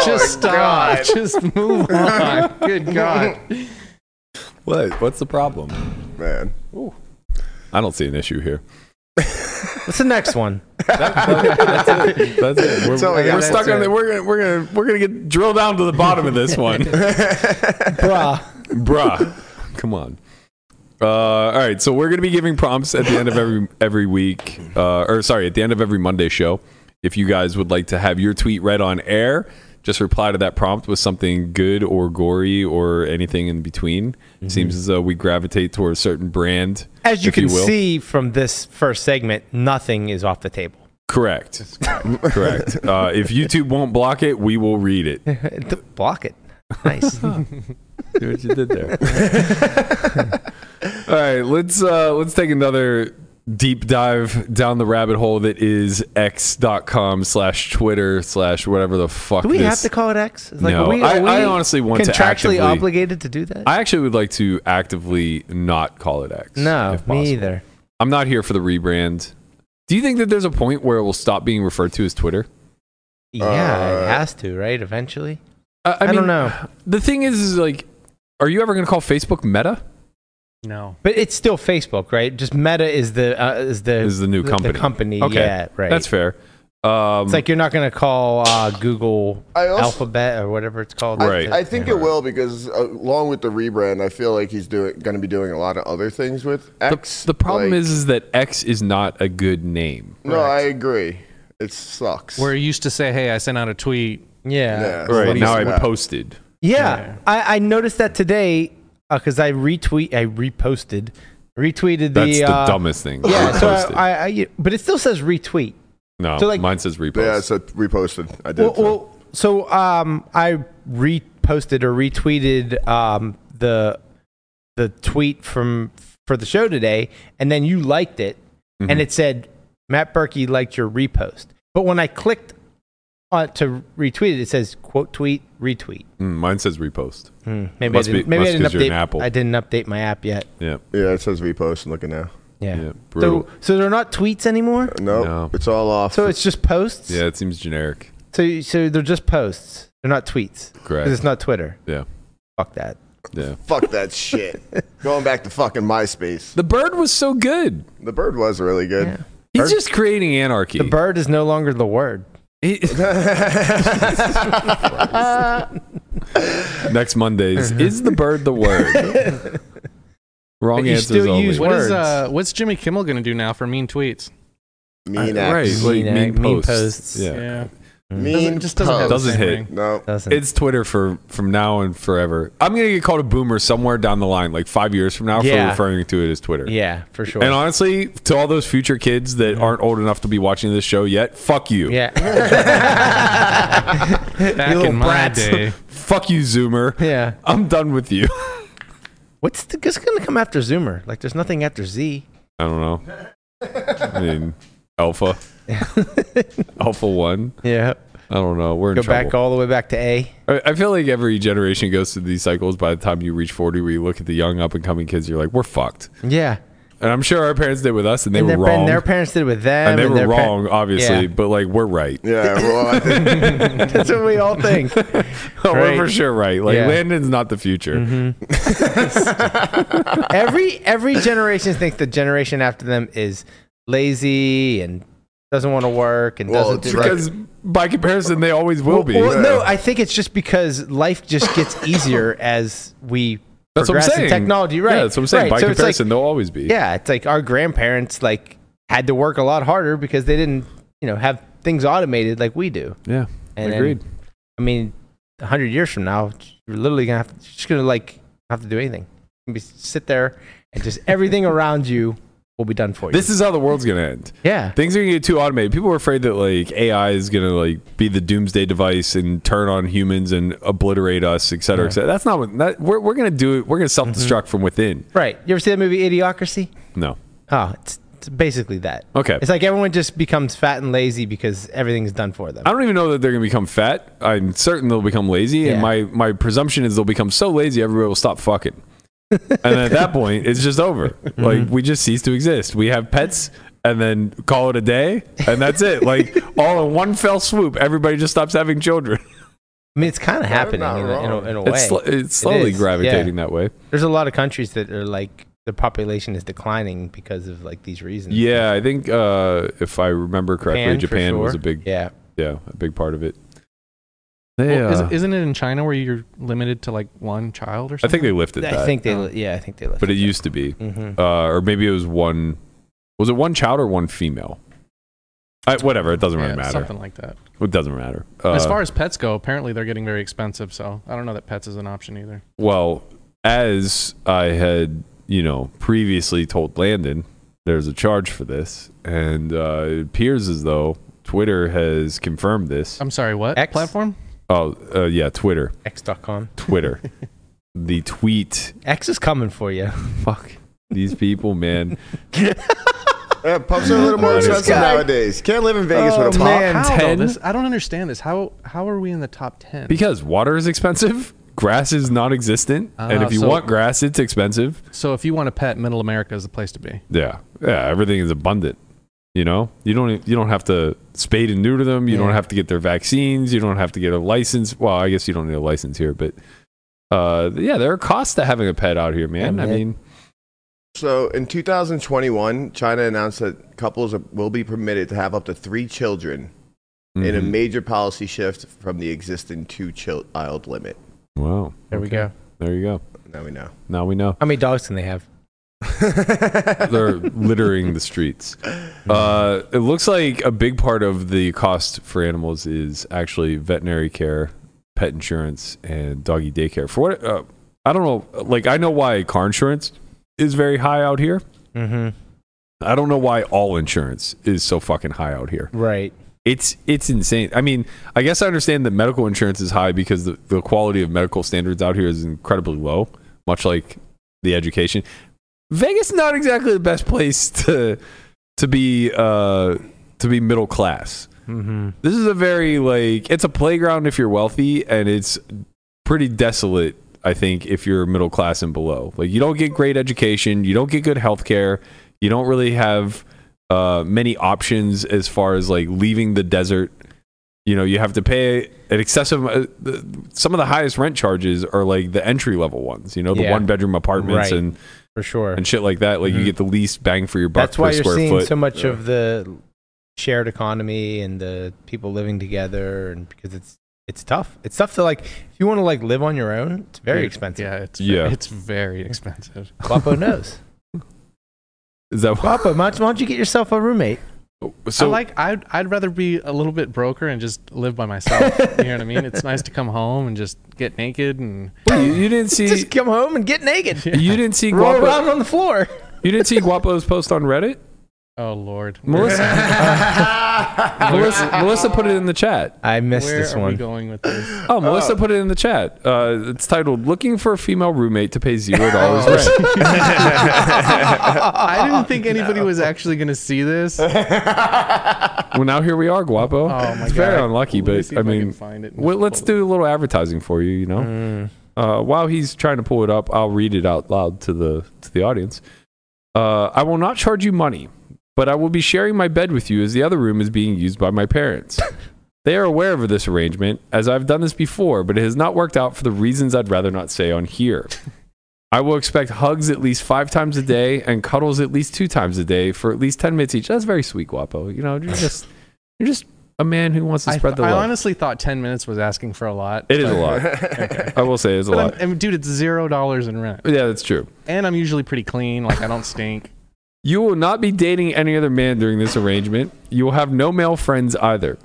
D: Just stop. Just move on. Good God.
C: What? What's the problem?
B: Man.
C: I don't see an issue
B: [laughs]
C: here.
E: What's the next one?
C: That's it. We're,
B: So, yeah,
C: we're
B: that's
C: stuck on
B: it.
C: the We're gonna we're gonna we're gonna get drilled down to the bottom of this one,
E: Bruh.
C: bruh. [laughs] Come on. Uh, all right, so we're gonna be giving prompts at the end of every every week, uh, or sorry, at the end of every Monday show. If you guys would like to have your tweet read on air, just reply to that prompt with something good or gory or anything in between. Seems as though we gravitate toward a certain brand,
E: As you
C: if
E: can
C: will.
E: see from this first segment, nothing is off the table.
C: Correct. Correct. Uh, if YouTube won't block it, we will read it.
E: Block it.
B: [laughs]
E: Nice.
C: See what you did there. [laughs] All right, let's uh, let's take another deep dive down the rabbit hole that is x.com slash twitter slash whatever the fuck
E: Do we
C: this-
E: have to call it X? It's
C: No,
E: are we,
C: I-
E: are we
C: I honestly want to
E: contractually
C: actively-
E: obligated to do that.
C: i actually would like to actively not call it x
E: no,
C: if possible.
E: me either.
C: i'm not here for the rebrand do you think that there's a point where it will stop being referred to as twitter
E: Yeah,
B: Uh,
E: it has to, right? Eventually.
C: uh,
E: I don't know.
C: the thing is, is like are you ever going to call facebook meta
D: No.
E: But it's still Facebook, right? Just Meta is the uh, is the
C: Is the new company.
E: The company,
C: Okay.
E: yeah, right.
C: that's fair um,
E: It's like you're not going to call uh, Google
B: I also-
E: Alphabet or whatever it's called.
C: Right.
B: I think it will because uh, along with the rebrand, I feel like he's doing going to be doing a lot of other things with X.
C: The, the problem
B: Like-
C: is, is that X is not a good name.
B: No, I agree. It sucks.
D: Where you used to say, hey, I sent out a tweet.
E: Yeah.
B: Yeah.
E: Yeah.
B: Right,
C: now I
B: now I
C: posted.
E: I, I noticed that today because I retweet, I reposted, retweeted the.
C: That's the
E: uh,
C: dumbest thing.
E: [laughs] Yeah. So
C: Reposted.
E: I, I, I, but it still says retweet.
C: no,
E: so like-
C: mine says repost.
B: yeah, so reposted. I did.
E: Well,
B: so.
E: well so um, I reposted or retweeted um, the the tweet from for the show today, and then you liked it, and
C: Mm-hmm.
E: it said Matt Berkey liked your repost. But when I clicked uh, to retweet it, it says quote tweet retweet.
C: Mm, mine says repost.
E: Hmm, maybe
C: Must
E: I
C: be-
E: didn't, maybe I
C: must
E: didn't
C: 'cause you're an
E: update.
C: Apple.
E: I didn't update my app yet.
C: Yeah.
B: yeah, it says repost. I'm looking now.
E: Yeah.
C: Yeah, brutal.
E: so so they're not tweets anymore.
B: Nope,
C: No.
B: it's all off.
E: So it's just posts.
C: Yeah, it seems generic.
E: So so they're just posts. They're not tweets. 'Cause
C: Correct.
E: it's not Twitter.
C: Yeah.
E: Fuck that.
C: Yeah.
B: Fuck that
E: [laughs]
B: shit. Going back to fucking MySpace.
C: The bird was so good.
B: The bird was really good.
E: Yeah.
C: He's
E: Bird-
C: just creating anarchy.
E: The bird is no longer the word.
C: He- Next [laughs] Mondays is the bird the word. [laughs] Wrong
E: But you
C: answers
E: still
C: only.
E: use
D: What is
E: Words.
D: uh, what's Jimmy Kimmel going to do now for mean tweets?
B: Mean
C: Uh,
B: X.
C: Right, like
E: Mean
C: mean,
E: act- mean
C: posts.
E: posts.
C: Yeah.
B: Mean
D: Doesn't- just doesn't have the
B: post.
C: Doesn't
D: same
C: hit.
D: ring.
B: No.
E: Doesn't.
C: It's Twitter for from now and forever. I'm gonna get called a boomer somewhere down the line, like five years from now, for
E: Yeah.
C: referring to it as Twitter.
E: yeah, for sure.
C: And honestly, to all those future kids that aren't old enough to be watching this show yet, fuck you. [laughs]
E: yeah. [laughs]
D: Back
E: little
D: in my
E: brats.
D: day.
C: [laughs] Fuck you, Zoomer.
E: [laughs] Yeah.
C: I'm done with you. [laughs]
E: What's the, what's going to come after Zoomer? Like, there's nothing after Z.
C: I don't know. I mean,
E: [laughs]
C: Alpha. Alpha One.
E: Yeah.
C: I don't know. We're in
E: Go
C: trouble.
E: back all the way back to A.
C: I I feel like every generation goes through these cycles. By the time you reach 40, where you look at the young up and coming kids, you're like, we're fucked.
E: Yeah.
C: And I'm sure our parents did with us, and they
E: and
C: were
E: their,
C: wrong.
E: and their parents did with them.
C: and they were
E: their par-
C: wrong, obviously,
E: Yeah.
C: but like we're right.
E: [laughs]
B: Yeah, well, I think
E: That's what we all think.
C: [laughs] We're
E: Right.
C: for sure right. Like
E: Yeah. Mm-hmm.
C: Landon's not the future.
E: every every generation thinks the generation after them is lazy and doesn't want to work and
B: Well,
E: doesn't
B: it's
E: do
B: because
C: Because by comparison, they always will be.
E: Well, no, I think it's just because life just gets
C: [laughs]
E: easier as we
C: that's what I'm
E: progress
C: saying.
E: in technology, right?
C: Yeah, that's what I'm saying.
E: Right,
C: By
E: so it's like-
C: comparison, they'll always be.
E: yeah, it's like our grandparents like had to work a lot harder because they didn't, you know, have things automated like we do.
C: Yeah.
E: And then-
C: Agreed.
E: I mean, a hundred years from now, you're literally gonna have to, just gonna like not have to do anything. You can be, sit there
C: [laughs]
E: and just everything around you will be done for you.
C: This is how the world's gonna end.
E: yeah.
C: Things are gonna get too automated. People are afraid that like AI is gonna like be the doomsday device and turn on humans and obliterate us, et cetera, et cetera. That's not what that, we're we're gonna do. It. We're gonna self destruct
E: Mm-hmm.
C: from within.
E: right. You ever see that movie Idiocracy?
C: No.
E: Oh, it's, it's basically that.
C: Okay.
E: It's like everyone just becomes fat and lazy because everything's done for them.
C: I don't even know that they're gonna become fat. I'm certain they'll become lazy, and
E: Yeah.
C: my my presumption is they'll become so lazy everybody will stop
E: [laughs]
C: fucking. and at that point, it's just over.
E: Mm-hmm.
C: Like we just cease to exist. We have pets, and then call it a day, and that's it.
E: [laughs]
C: Like all in one fell swoop, everybody just stops having children. [laughs]
E: I mean, it's kind of happening
B: not
E: in a, in a,
B: wrong.
E: in a way.
C: It's, sl- it's slowly
E: is,
C: gravitating that way.
E: There's a lot of countries that are like the population is declining because of like these reasons.
C: Yeah, I think uh, if I remember correctly,
E: Japan, for
C: Japan was
E: sure.
C: a big yeah.
E: Yeah.
C: a big part of it. They,
D: Well,
C: uh,
D: is, isn't it in China where you're limited to like one child or
C: I
D: something?
C: think they lifted
E: I
C: that,
E: think they. li- Yeah, I think they. Left
C: but it used to be.
E: hmm
C: uh, or maybe it was one. Was it one child or one female? I, whatever, it doesn't really
D: Yeah,
C: matter.
D: Something like that.
C: It doesn't matter. Uh,
D: as far as pets go, apparently they're getting very expensive. So I don't know that pets is an option either.
C: well, as I had you know previously told Landon, there's a charge for this, and uh, it appears as though Twitter has confirmed this.
D: I'm sorry, what
E: X?
D: platform?
C: Oh, uh, yeah, Twitter,
E: X.com.
D: [laughs]
C: Twitter, the tweet.
E: X is coming for you.
C: Fuck these people,
D: [laughs]
C: man.
B: Yeah, puffs are a little
C: [laughs]
B: more
C: This
B: expensive
E: guy.
B: nowadays. Can't live in Vegas
E: Oh,
B: with a pop.
E: man.
D: How, though?
C: 10?
D: This, I don't understand this. How how are we in the top ten?
C: Because water is expensive, grass is non-existent, and
D: Ah,
C: if you
D: so-
C: want grass, it's expensive.
D: so if you want a pet, Middle America is the place to be.
C: Yeah, yeah. Everything is abundant. You know, you don't e, you don't have to spade and neuter them. You don't
E: Yeah.
C: have to get their vaccines. You don't have to get a license. Well, I guess you don't need a license here, but uh, yeah, there are costs to having a pet out here, man.
E: Yeah,
C: I
E: man.
C: mean,
B: So in 2021, China announced that couples will be permitted to have up to three children in a
C: mhm.
B: major policy shift from the existing two child limit.
C: wow.
D: There we
C: Okay.
D: go.
C: There you go.
B: Now we know.
C: Now we know
E: How many dogs can they have?
C: [laughs] they're littering the streets. Uh, it looks like a big part of the cost for animals is actually veterinary care, pet insurance, and doggy daycare. For what uh, I don't know, like I know why car insurance is very high out here.
E: Mm-hmm.
C: I don't know why all insurance is so fucking high out here.
E: Right.
C: It's it's insane. I mean, I guess I understand that medical insurance is high because the, the quality of medical standards out here is incredibly low, much like the education. Vegas is not exactly the best place [laughs] to to be uh, to be middle class.
E: Mm-hmm.
C: This is a very like it's a playground if you're wealthy, and it's pretty desolate. I think if you're middle class and below, like you don't get great education, you don't get good health care, you don't really have uh, many options as far as like leaving the desert. You know, you have to pay an excessive. Uh, the, some of the highest rent charges are like the entry level ones. You know, the
E: Yeah.
C: one bedroom apartments
E: Right.
C: and
E: For sure.
C: and shit like that. Like you
E: Mhm.
C: get the least bang for your buck
E: That's
C: per
E: why you're
C: square
E: seeing
C: foot.
E: so much of the shared economy and the people living together, and because it's it's tough. It's tough to like if you want to like live on your own. It's very
D: Dude,
E: expensive.
D: Yeah, it's
C: Yeah.
D: yeah. it's very [laughs] expensive.
C: [laughs]
E: Guapo knows.
C: is that
E: Guapo, why don't, why don't you get yourself a roommate?
C: so?
D: I like I'd I'd rather be a little bit broker and just live
C: [laughs]
D: by myself. you know what I mean? It's nice to come home and just get naked and
C: you, you didn't see.
E: Just come home and get naked.
C: You didn't see
E: Roll
C: Guapo.
E: around on
C: [laughs]
E: the floor. [laughs]
C: You didn't see Guapo's post on Reddit.
D: oh lord.
C: Melissa, Melissa, Melissa put it in the chat.
E: I missed
D: Where
E: this
D: are we
E: one.
D: going
C: [laughs]
D: with this?
C: Oh, Melissa put it in the chat. Uh, it's titled "Looking for a Female Roommate to Pay Zero Dollars Rent."
D: I didn't [laughs] think anybody was actually going to see this. [laughs] Oh
C: well, now here we are, Guapo.
D: my god,
C: it's very unlucky,
D: Let me
C: but
D: see
C: I
D: if can
C: mean,
D: find it and
C: well, let's
D: pull it.
C: do a little advertising for you. You know,
E: Mm.
C: uh, while he's trying to pull it up, I'll read it out loud to the to the audience. Uh, I will not charge you money, but I will be sharing my bed with you as the other room is being used by my parents.
D: [laughs]
C: They are aware of this arrangement, as I've done this before, but it has not worked out for the reasons I'd rather not say on
D: [laughs]
C: here. I will expect hugs at least five times a day and cuddles at least two times a day for at least ten minutes each. That's very sweet, Guapo. You know, you're just you're just a man who wants to
D: I,
C: spread the
D: I
C: love.
D: honestly thought 10 minutes was asking for a lot.
C: it is a lot. I will say it's a
D: But I'm-
C: lot.
D: I mean, dude, it's zero dollars in rent,
C: yeah, that's true.
D: and I'm usually pretty clean. Like I don't stink.
C: You will not be dating any other man during this arrangement. You will have no male friends either.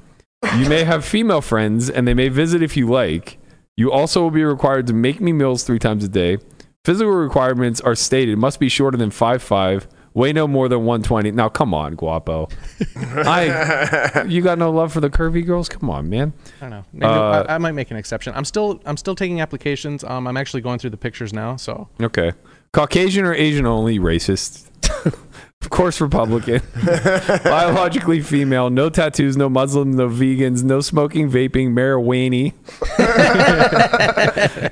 C: You may have female friends, and they may visit if you like. You also will be required to make me meals three times a day, Physical requirements are stated must be shorter than 5'5, weigh no more than 120. Now, come on, Guapo. I, you got no love for the curvy girls? Come on, man.
D: I don't know. Maybe
C: Uh,
D: I, I might make an exception. I'm still I'm still taking applications. Um, I'm actually going through the pictures now. So
C: Okay. Caucasian or Asian only,
D: [laughs]
C: racist. of course, Republican. Biologically female, no tattoos, no Muslim, no vegans, no smoking, vaping,
D: [laughs]
C: marijuana.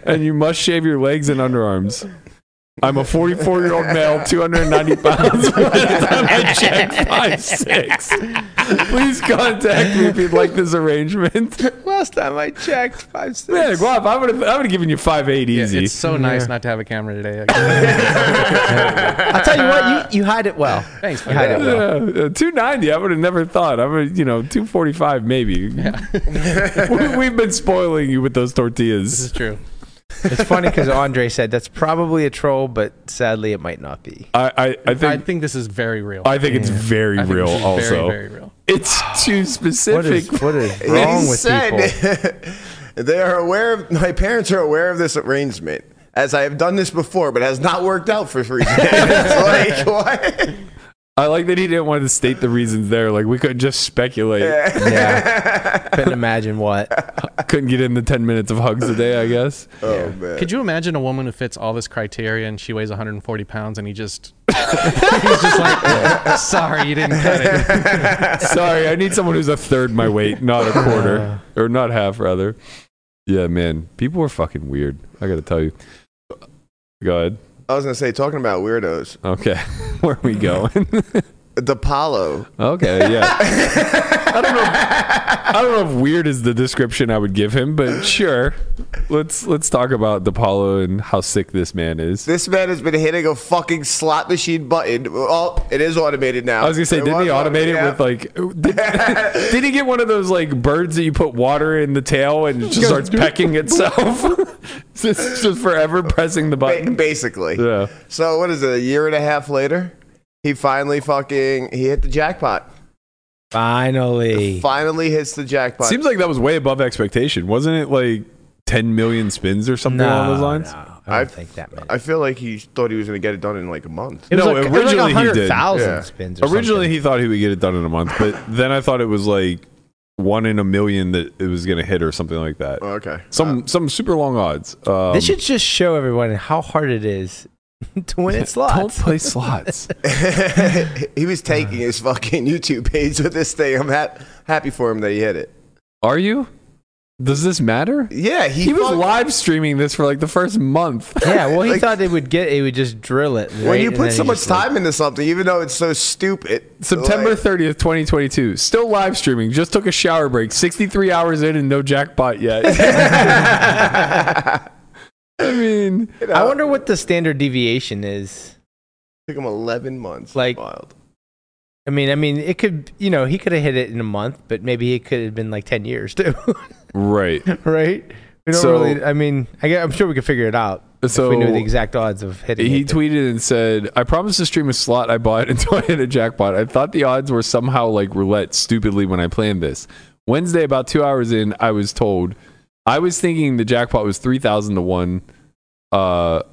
C: and you must shave your legs and underarms. I'm a 44 year old male, 290
D: [laughs]
C: pounds. By the time I check 5'6. Please contact me if you'd like this arrangement. [laughs]
E: Last time I checked, five six.
C: Man, Guap, I would have I would have given you 5'8
D: yeah,
C: easy.
D: it's so nice not to have a camera today.
E: I'll tell you what, you, you hide it well.
D: Thanks.
E: [laughs] You hide
D: man.
E: it well.
C: Yeah, uh, 290. I would have never thought. I would, you know, 245 maybe. [laughs] we, we've been spoiling you with those
D: This
C: tortillas.
D: is true.
E: It's funny because Andre said that's probably a troll, but sadly it might not be.
C: I, I, I
D: I
C: think
D: think this is very real.
C: I think it's very
D: I think
C: real.
D: this is
C: also,
D: very, very real.
C: it's too
E: [sighs] What is,
C: specific.
E: what is wrong
B: he
E: with
B: said,
E: people?
B: [laughs] they are aware of my parents are aware of this arrangement. As I have done this before, but has not worked out for three days. [laughs]
C: [laughs]
B: It's like what?
C: I like that he didn't want to state the reasons there. Like we could just speculate.
E: Yeah, [laughs] couldn't imagine what.
C: Couldn't get in the 10 minutes of hugs a day. I guess.
B: Oh man.
D: Could you imagine a woman who fits all this criteria and she weighs 140 pounds and
C: [laughs]
D: he just [laughs] he's just like, "Oh, sorry, you didn't cut it.
C: Sorry, I need someone who's a third my weight, not a quarter, or not half rather. Yeah, man, people are fucking weird. I got to tell you. Go ahead.
B: I was gonna say, talking about weirdos,
C: Okay. [laughs] Where are we going?
B: the Palo.
C: [laughs] okay, yeah. I don't know if, I don't know if weird is the description I would give him, but sure. Let's let's talk about DePaulo and how sick this man is.
B: This man has been hitting a fucking slot machine button. Oh, it is automated now.
C: I was gonna say,
B: It
C: didn't
B: was
C: he automate it
B: automated,
C: with
B: [laughs]
C: like? Did, did he get one of those like birds that you put water in the tail and it just starts pecking itself? [laughs] It's just, just forever pressing the
B: yeah. Ba-
C: button.
B: basically.
C: Yeah.
B: So what is it? A year and a half later, he finally fucking he hit the jackpot.
E: Finally,
B: Finally hits the jackpot.
C: Seems like that was way above expectation, wasn't it? Like ten million spins or something along those lines.
E: No, I don't
B: I've-
E: think that meant.
B: I feel like he thought he was gonna get it done in like a month.
E: It was
C: No,
E: like,
C: originally he did.
E: it was like 100,000
B: Yeah.
E: spins. Or
C: Originally,
E: something.
C: he thought he would get it done in a month,
E: [laughs]
C: but then I thought it was like one in a million that it was going to hit or something like that.
B: Oh, okay.
C: Some some super long odds. Um,
E: this should just show everyone how hard it is [laughs] to win
C: [laughs]
E: in
C: don't [laughs]
E: slots.
C: play
E: [laughs]
C: slots.
B: [laughs] he was taking his fucking YouTube page with this thing. I'm hap- happy for him that he hit it.
C: Are you? Does this matter?
B: Yeah, he,
C: He was
B: fuck-
C: live streaming this for like the first
E: [laughs]
C: month.
E: Yeah, well, he
B: Like-
E: thought they would get it would just drill it.
B: When you put so much time into something, even though it's so stupid,
C: [laughs] September
B: like- [laughs]
C: thirtieth, twenty twenty two. Still live streaming. Just took a shower break. Sixty three hours in and no jackpot
E: [laughs]
C: yet. [laughs] I mean,
E: I wonder what the standard deviation is.
B: took him 11 months.
E: Like-
B: wild.
E: I mean, I mean, it could, you know, he could have hit it in a month, but maybe it could have been like ten years too, [laughs]
C: right.
E: right? We don't
C: So-
E: really. I mean, I am sure we could figure it out
C: So
E: if we knew the exact odds of hitting.
C: He
E: it, but-
C: tweeted and said, I promised to stream a slot I bought [laughs] until I hit a jackpot. I thought the odds were somehow like roulette stupidly when I planned this. Wednesday, about two hours in, I was told I was thinking the jackpot was 3,000 to 1 uh,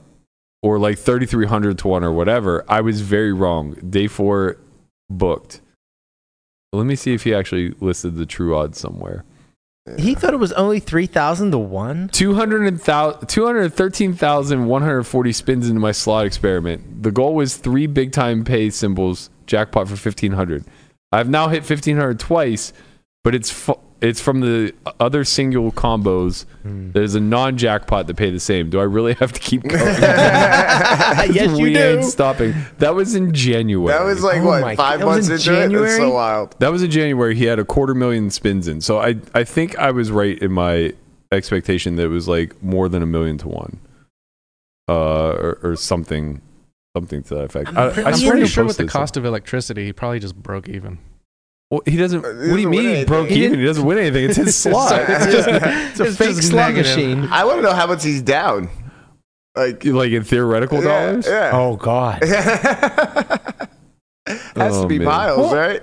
C: or like 3,300 to 1 or whatever. I was very wrong. Day four booked. Let me see if he actually listed the true odds somewhere.
E: He thought it was only three thousand to [laughs] one.
C: 200,000 213,140 spins into my slot experiment. The goal was three big time pay symbols, jackpot for 1500. I've now hit 1500 twice, but it's fu- it's from the other single combos.
E: Hmm.
C: There's a non jackpot that pay the same. Do I really have to keep going?
E: [laughs] yes, you
C: we
E: do. [laughs]
C: ain't stopping. That was in January.
B: That was like,
E: Oh
B: what,
E: my
B: five
E: God, that was
B: months
E: in
B: into it? That's
E: January?
B: so wild.
C: That was in January. He had a quarter million spins in. So I, I think I was right in my expectation that it was like more than a million to one, uh, or, or something, something to that effect. I,
D: I'm,
C: [laughs]
D: pre-
C: I
D: I'm
C: swear
D: pretty
C: he
D: sure with the
C: posted
D: cost of electricity, he probably just broke even.
C: something. Well, he doesn't.
B: He
C: what do
B: Uh, doesn't
C: you
B: win
C: mean he
B: anything.
C: broke
E: He
C: even? He doesn't win anything.
B: [laughs]
C: It's his slot.
B: It's
E: [laughs]
C: It's
B: just-
C: just,
E: It's a fake
D: just
E: slot
D: negative.
E: machine.
B: I want to know how much he's down. Like,
C: like in theoretical
B: yeah.
C: dollars.
B: yeah.
E: Oh
B: [laughs]
E: God!
B: Has
C: Oh,
B: to be
C: man.
B: miles,
E: Well-
B: right?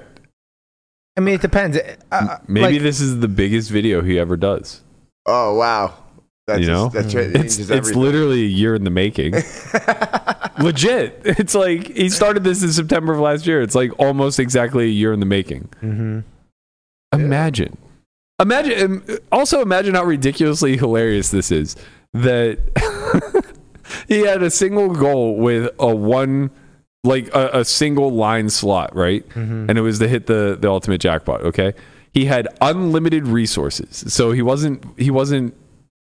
E: I mean, it depends. Uh, Uh,
C: Maybe
E: like,
C: this is the biggest video he ever does.
B: Oh, wow. That's
C: You
B: just-
C: know?
B: that's right. It
C: It's
B: changes
C: it's
B: everything.
C: literally a year in
B: [laughs]
C: the making. Legit. It's like he started this in September of last year. It's like almost exactly a year in the making.
E: Mm-hmm.
C: Imagine. Imagine im- also imagine how ridiculously hilarious this is that [laughs] he had a single goal with a one like a, a single line slot, right? And it was to hit the the ultimate jackpot, okay? He had unlimited resources. So he wasn't he wasn't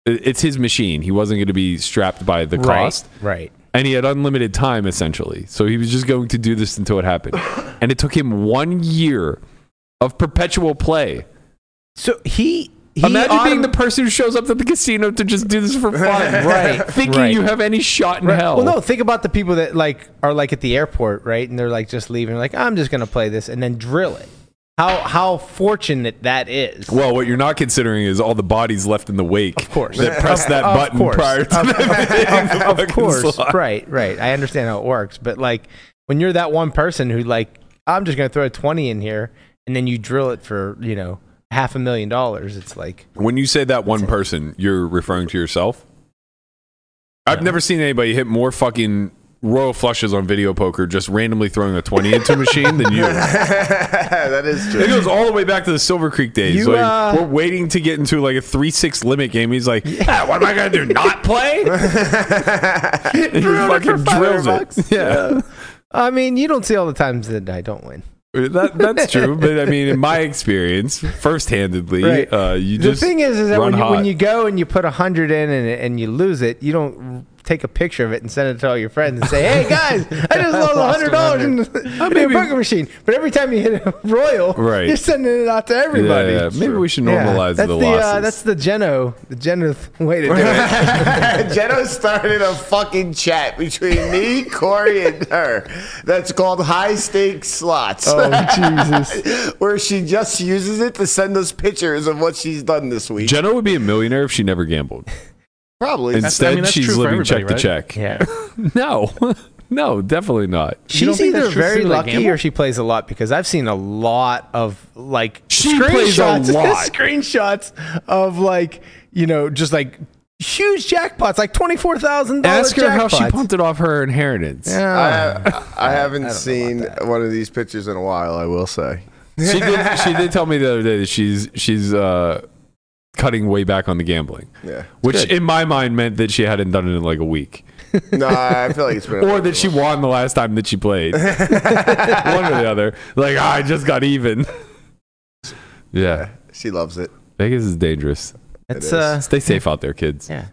C: it- it's his machine. He wasn't going to be strapped by the cost
E: Right.
C: and he had unlimited time essentially. So he was just going to do this until it happened. And it took him one year of perpetual play.
E: So he. he
C: Imagine being
E: autom-
C: the person who shows up to the casino to just do this for fun,
E: [laughs] Right,
C: [laughs] Thinking
E: right.
C: you have any shot in hell.
E: Well, no. Think about the people that like are like at the airport, right? And they're like just leaving, like I'm just gonna play this, and then drill it. How how fortunate that is.
C: Well, what you're not considering is all the bodies left in the wake. Of
E: course.
C: that pressed that
E: [laughs] Of
C: button
E: course.
C: prior to them hitting the
E: [laughs]
C: [laughs]
E: of
C: fucking
E: course,
C: slot.
E: right, right. I understand how it works, but like when you're that one person who like I'm just gonna throw a twenty in here, and then you drill it for you know half a million dollars. It's like
C: When you say that one person, you're referring to yourself? I've never seen anybody hit more fucking royal flushes on video poker just randomly throwing a 20 into a machine than
E: [laughs]
B: [laughs]
C: you.
B: that is
C: It
B: true. [laughs]
C: goes all the way back to the Silver Creek days.
E: You,
C: like,
E: uh,
C: we're waiting to get into like a 3 6 limit game. He's like, "Ah, what am I going to do?
E: [laughs]
C: Not play? And he fucking drills it. Yeah.
E: I mean, you don't see all the times that I don't win.
C: That, that's true. But I mean, in my experience, first handedly,
E: Right.
C: uh, you
E: the
C: just.
E: thing is, is that
C: run
E: when you, when
C: hot.
E: you go and you put a hundred in and, and you lose it, you don't r- take a picture of it and send it to all your friends and say,
C: [laughs]
E: "Hey guys, I just lost a hundred dollars in the in the poker machine." But every time you hit a [laughs] royal,
C: Right.
E: you're sending it out to
C: Yeah,
E: everybody.
C: yeah. Maybe we should
E: Yeah,
C: normalize
E: that's
C: the, losses.
E: uh, that's the Geno, the Geno th- way to do
C: [laughs]
E: it.
B: Jeno started a fucking chat between me, Corey, and her. That's called high stakes slots,
E: oh Jesus!
B: [laughs] where she just uses it to send us pictures of what she's done this week.
C: Jenna would be a millionaire if she never
E: [laughs]
C: gambled.
B: Probably.
C: Instead,
D: I mean, that's true
C: she's
D: for
C: living check
D: everybody,
C: to check.
E: Yeah,
C: [laughs] No, no, definitely not.
E: she's
D: think
E: either
D: that's true
E: very
D: through, like,
E: lucky
D: gamble?
E: or she plays a lot because I've seen a lot of like
C: She plays a
E: screenshots- [laughs]
C: lot.
E: screenshots of like you know just like huge jackpots, like twenty four thousand dollars.
C: Ask her how she punted off her inheritance.
B: I,
C: [laughs]
B: I haven't seen one of these pictures in a while, I will say.
C: She
E: [laughs]
C: did. She did tell me the other day that she's she's uh, cutting way back on the gambling,
B: Yeah.
C: which in my mind meant that she hadn't done it in like a week,
B: No, I feel like it's been.
C: or that she won the last time that she played. One or the other. Like "Ah, I just got even. yeah,
B: she loves it. [laughs]
C: Vegas is dangerous.
E: That's uh,
C: Stay safe out there, kids.
E: yeah.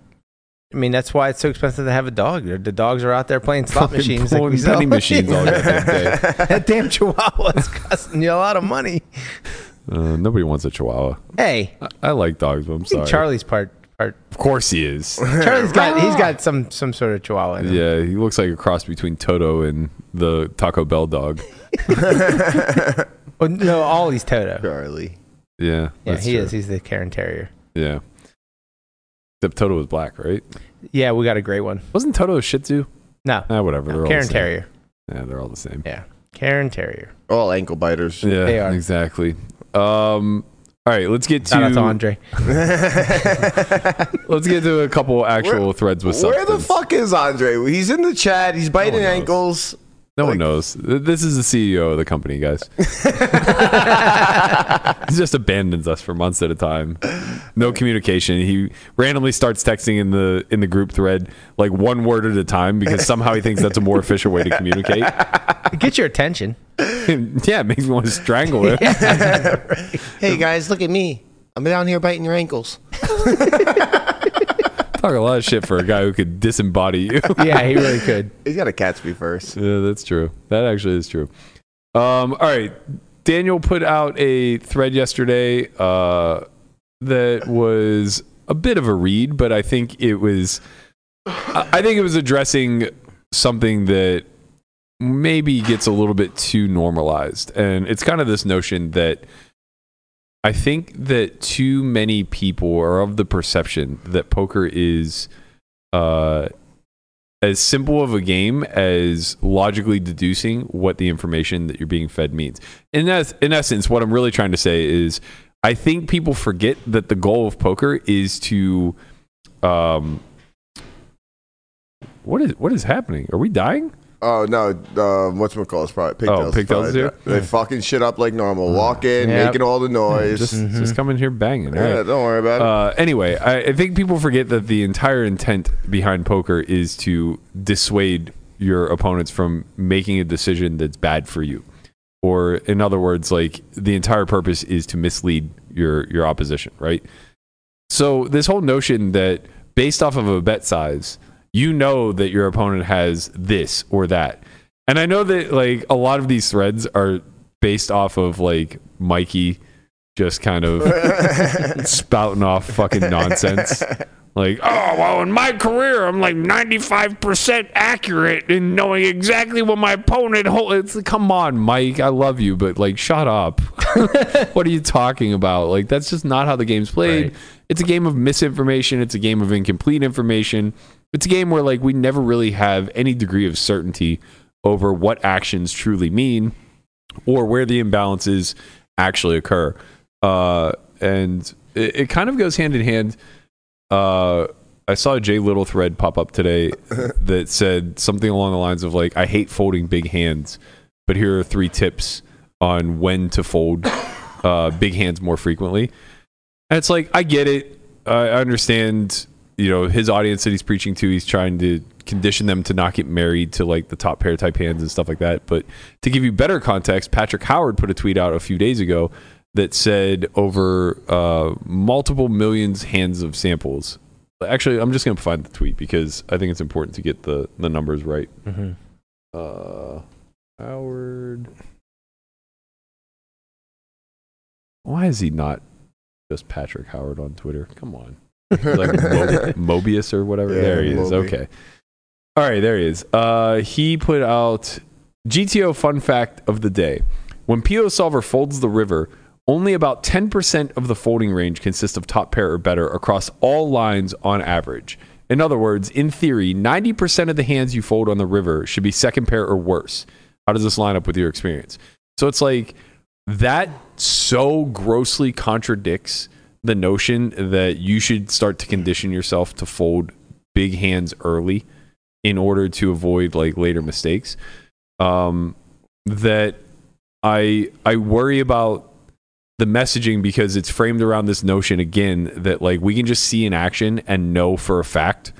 E: I mean, that's why it's so expensive to have a dog. The the dogs are out there playing slot
C: Fucking
E: machines, like
C: pulling
E: we sell. [laughs]
C: penny machines all goddamn day.
E: that damn chihuahua is costing you a lot of money.
C: Uh, nobody wants a Chihuahua.
E: Hey,
C: I, I like dogs, but I'm
E: I think
C: sorry.
E: Charlie's part part
C: Of course he
E: [laughs]
C: is.
E: Charlie's got he's got some some sort of chihuahua. In him.
C: yeah, he looks like a cross between Toto and the Taco Bell dog.
E: Oh, no, Ollie's Toto.
B: Charlie.
C: Yeah,
E: Yeah,
C: that's
E: he
C: true.
E: is. He's the Karen Terrier.
C: Yeah. Except Toto was black, right?
E: Yeah, we got a great one.
C: Wasn't Toto a Shih Tzu?
E: No,
C: Ah, whatever. they're all the
E: Karen
C: same.
E: Terrier.
C: Yeah, they're all the same.
E: Yeah, Karen Terrier.
B: All ankle biters.
C: Yeah,
E: They are.
C: exactly. Um, all right, let's get
E: Shout out to
C: to
E: Andre.
C: let's get to a couple actual
B: Where-
C: threads with
B: Where the
C: substance.
B: fuck is Andre? He's in the chat. He's biting
C: knows.
B: ankles.
C: No one knows. Th- This is the CEO of the company,
E: [laughs]
C: guys. [laughs] he just abandons us for months at a time. No communication. He randomly starts texting in the in the group thread like one word at a time because somehow he thinks that's a more efficient way to
E: [laughs]
C: communicate. [laughs]
E: Get your attention.
C: yeah, it makes me want to strangle him.
B: Hey guys, look at me. I'm down here biting your ankles.
C: Talk a lot of shit for a guy who could disembody you.
E: [laughs] Yeah, he really could.
B: He's gotta catch me first.
C: Yeah, that's true. That actually is true. Um, all right. Daniel put out a thread yesterday uh, that was a bit of a read, but I think it was. I I think it was addressing something that maybe gets a little bit too normalized, and it's kind of this notion that I think that too many people are of the perception that poker is. Uh, as simple of a game as logically deducing what the information that you're being fed means. In, es- in essence, what I'm really trying to say is I think people forget that the goal of poker is to Um, what is what is happening? Are we dying?
B: Oh no! Uh, what's my call? It's probably pigtails.
C: Oh, pigtails
B: probably-
C: do?
B: They fucking shit up like normal. Walk in,
E: Yeah.
B: making all the noise.
C: Mm, Just just come in here banging. all
B: yeah,
C: right.
B: don't worry about it.
C: Uh, anyway, I, I think people forget that the entire intent behind poker is to dissuade your opponents from making a decision that's bad for you. Or in other words, like the entire purpose is to mislead your your opposition, right? So this whole notion that based off of a bet size, you know that your opponent has this or that. And I know that like a lot of these threads are based off of like Mikey just kind of
B: [laughs]
C: [laughs] spouting off fucking nonsense. Like, oh, well, in my career, I'm like 95% accurate in knowing exactly what my opponent holds. It's like, come on, Mike, I love you, but like, shut up. [laughs] what are you talking about? Like, that's just not how the game's played.
E: Right.
C: It's a game of misinformation, it's a game of incomplete information. It's a game where, like, we never really have any degree of certainty over what actions truly mean or where the imbalances actually occur. Uh, and it, it kind of goes hand in hand. Uh, I saw a Jay Little thread pop up today that said something along the lines of like, "I hate folding big hands, but here are three tips on when to fold uh, big hands more frequently." And it's like I get it, I I understand. You know, his audience that he's preaching to, he's trying to condition them to not get married to like the top pair type hands and stuff like that. But to give you better context, Patrick Howard put a tweet out a few days ago that said over uh, multiple millions hands of samples. Actually, I'm just going to find the tweet because I think it's important to get the, the numbers right.
E: Mhm.
C: Uh, Howard. Why is he not just Patrick Howard on Twitter? Come on. Uh,
B: [laughs]
C: Like Mo- Mobius or whatever.
B: Yeah,
C: there he is.
B: Moby.
C: Okay. All right, there he is. Uh, he put out GTO fun fact of the day. When PO Solver folds the river, only about 10% of the folding range consists of top pair or better across all lines on average. In other words, in theory, 90% of the hands you fold on the river should be second pair or worse. How does this line up with your experience? So it's like that so grossly contradicts the notion that you should start to condition yourself to fold big hands early in order to avoid like later mistakes. Um, that I I worry about the messaging because it's framed around this notion again that like we can just see an action and know for a fact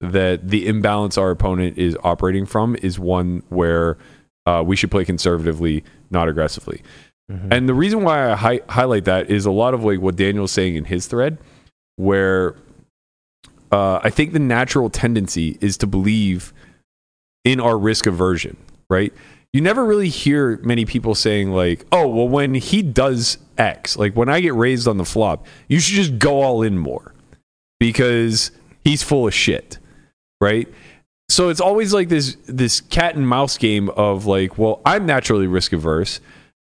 C: that the imbalance our opponent is operating from is one where uh, we should play conservatively, not aggressively. And the reason why I hi- highlight that is a lot of like what Daniel's saying in his thread, where uh, I think the natural tendency is to believe in our risk aversion, right? You never really hear many people saying like, "Oh, well, when he does X, like when I get raised on the flop, you should just go all in more because he's full of shit," right? So it's always like this this cat and mouse game of like, "Well, I'm naturally risk averse,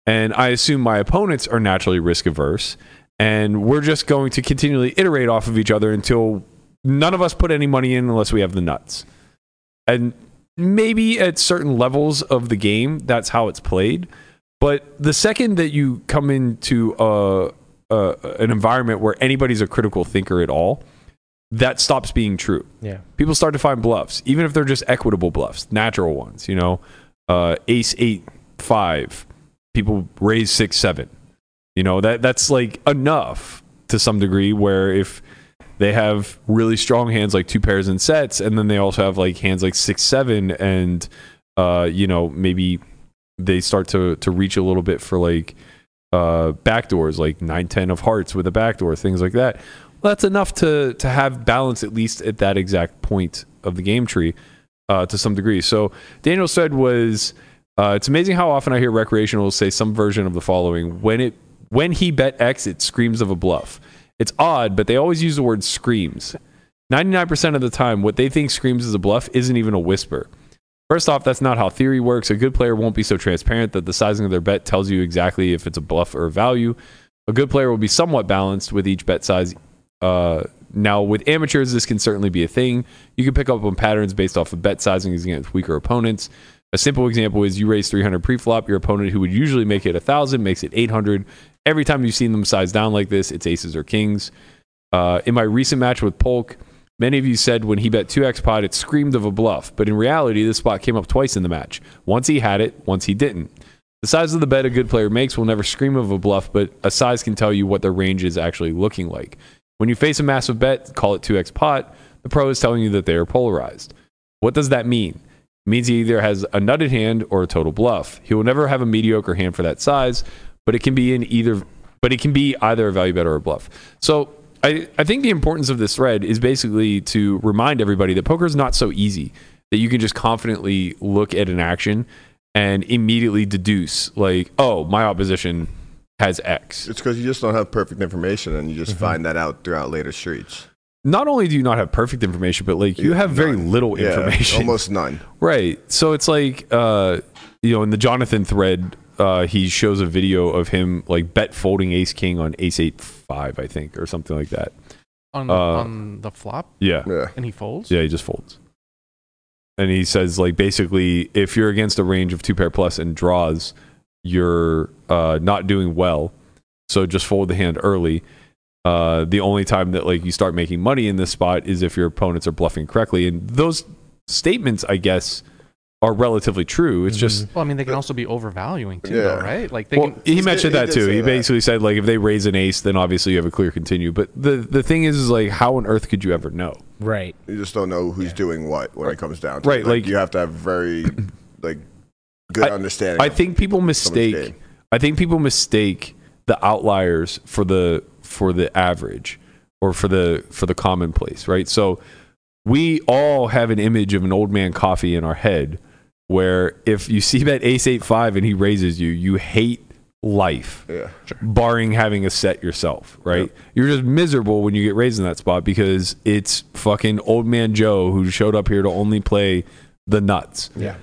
C: and I assume my opponents are naturally risk averse, and we're just going to continually iterate off of each other until none of us put any money in unless we have the nuts." and maybe at certain levels of the game that's how it's played but the second that you come into a, a an environment where anybody's a critical thinker at all that stops being true
E: Yeah.
C: people start to find bluffs even if they're just equitable bluffs natural ones you know uh, ace eight five people raise six seven you know that that's like enough to some degree where if they have really strong hands like two pairs and sets and then they also have like hands like six seven and uh you know maybe they start to to reach a little bit for like uh backdoors like nine ten of hearts with a backdoor things like that well, that's enough to to have balance at least at that exact point of the game tree uh to some degree so daniel said was uh, it's amazing how often I hear recreationals say some version of the following: when it when he bet X, it screams of a bluff. It's odd, but they always use the word screams. Ninety nine percent of the time, what they think screams is a bluff isn't even a whisper. First off, that's not how theory works. A good player won't be so transparent that the sizing of their bet tells you exactly if it's a bluff or a value. A good player will be somewhat balanced with each bet size. Uh, now, with amateurs, this can certainly be a thing. You can pick up on patterns based off of bet sizing against weaker opponents. A simple example is you raise 300 preflop. Your opponent, who would usually make it 1,000, makes it 800. Every time you've seen them size down like this, it's aces or kings. Uh, in my recent match with Polk, Many of you said when he bet 2x pot, it screamed of a bluff, but in reality, this spot came up twice in the match. Once he had it, once he didn't. The size of the bet a good player makes will never scream of a bluff, but a size can tell you what their range is actually looking like. When you face a massive bet, call it 2x pot, the pro is telling you that they are polarized. What does that mean? It means he either has a nutted hand or a total bluff. He will never have a mediocre hand for that size, but it can be in either but it can be either a value bet or a bluff. So I, I think the importance of this thread is basically to remind everybody that poker is not so easy that you can just confidently look at an action and immediately deduce like, oh, my opposition has X.
B: It's because you just don't have perfect information, and you
C: Mm-hmm.
B: just find that out throughout later streets.
C: Not only do you not have perfect information, but like you have very
B: None.
C: little
B: Yeah,
C: information.
B: almost
C: [laughs]
B: none.
C: Right. So it's like uh you know in the Jonathan thread uh he shows a video of him like bet folding ace king on ace 8 5 I think or something like that.
D: on the,
C: Uh,
D: on the flop,
C: Yeah.
B: Yeah.
D: and he folds.
C: Yeah, he just folds. And he says like basically if you're against a range of two pair plus and draws you're uh not doing well. So just fold the hand early. Uh, the only time that like you start making money in this spot is if your opponents are bluffing correctly, and those statements, I guess, are relatively true. It's just
D: Well, I mean, they can also be overvaluing too, though,
B: Yeah.
D: right? Like they
C: well,
D: can.
C: he
B: He
C: mentioned
B: did- he did
C: that too.
B: say
C: He
B: that.
C: basically said like if they raise an ace, then obviously you have a clear continue. But the the thing is, is like how on earth could you ever know?
E: Right.
B: You just don't know who's doing what when it comes down to
C: Right,
B: it.
C: like-
B: you have to have very like good
C: I-
B: understanding.
C: I
B: of-
C: think people mistake.
B: game.
C: I think people mistake the outliers for the for the average or for the for the commonplace, right? So we all have an image of an old man coffee in our head where if you see bet ace eight five and he raises you, you hate life.
B: Yeah.
C: barring having a set yourself, right? You're just miserable when you get raised in that spot because it's fucking old man Joe who showed up here to only play the nuts.
E: Yeah.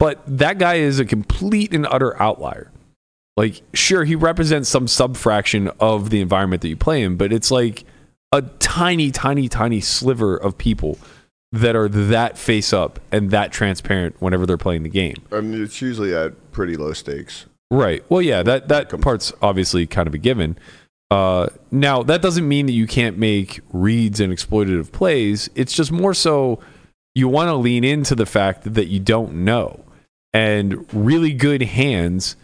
C: But that guy is a complete and utter outlier. Like, sure, he represents some subfraction of the environment that you play in, but it's like a tiny, tiny, tiny sliver of people that are that face up and that transparent whenever they're playing the game.
B: I mean, it's usually at pretty low stakes.
C: Right. Well, yeah, that that part's obviously kind of a given. Uh, now, that doesn't mean that you can't make reads and exploitative plays. It's just more so you want to lean into the fact that you don't know. And really good hands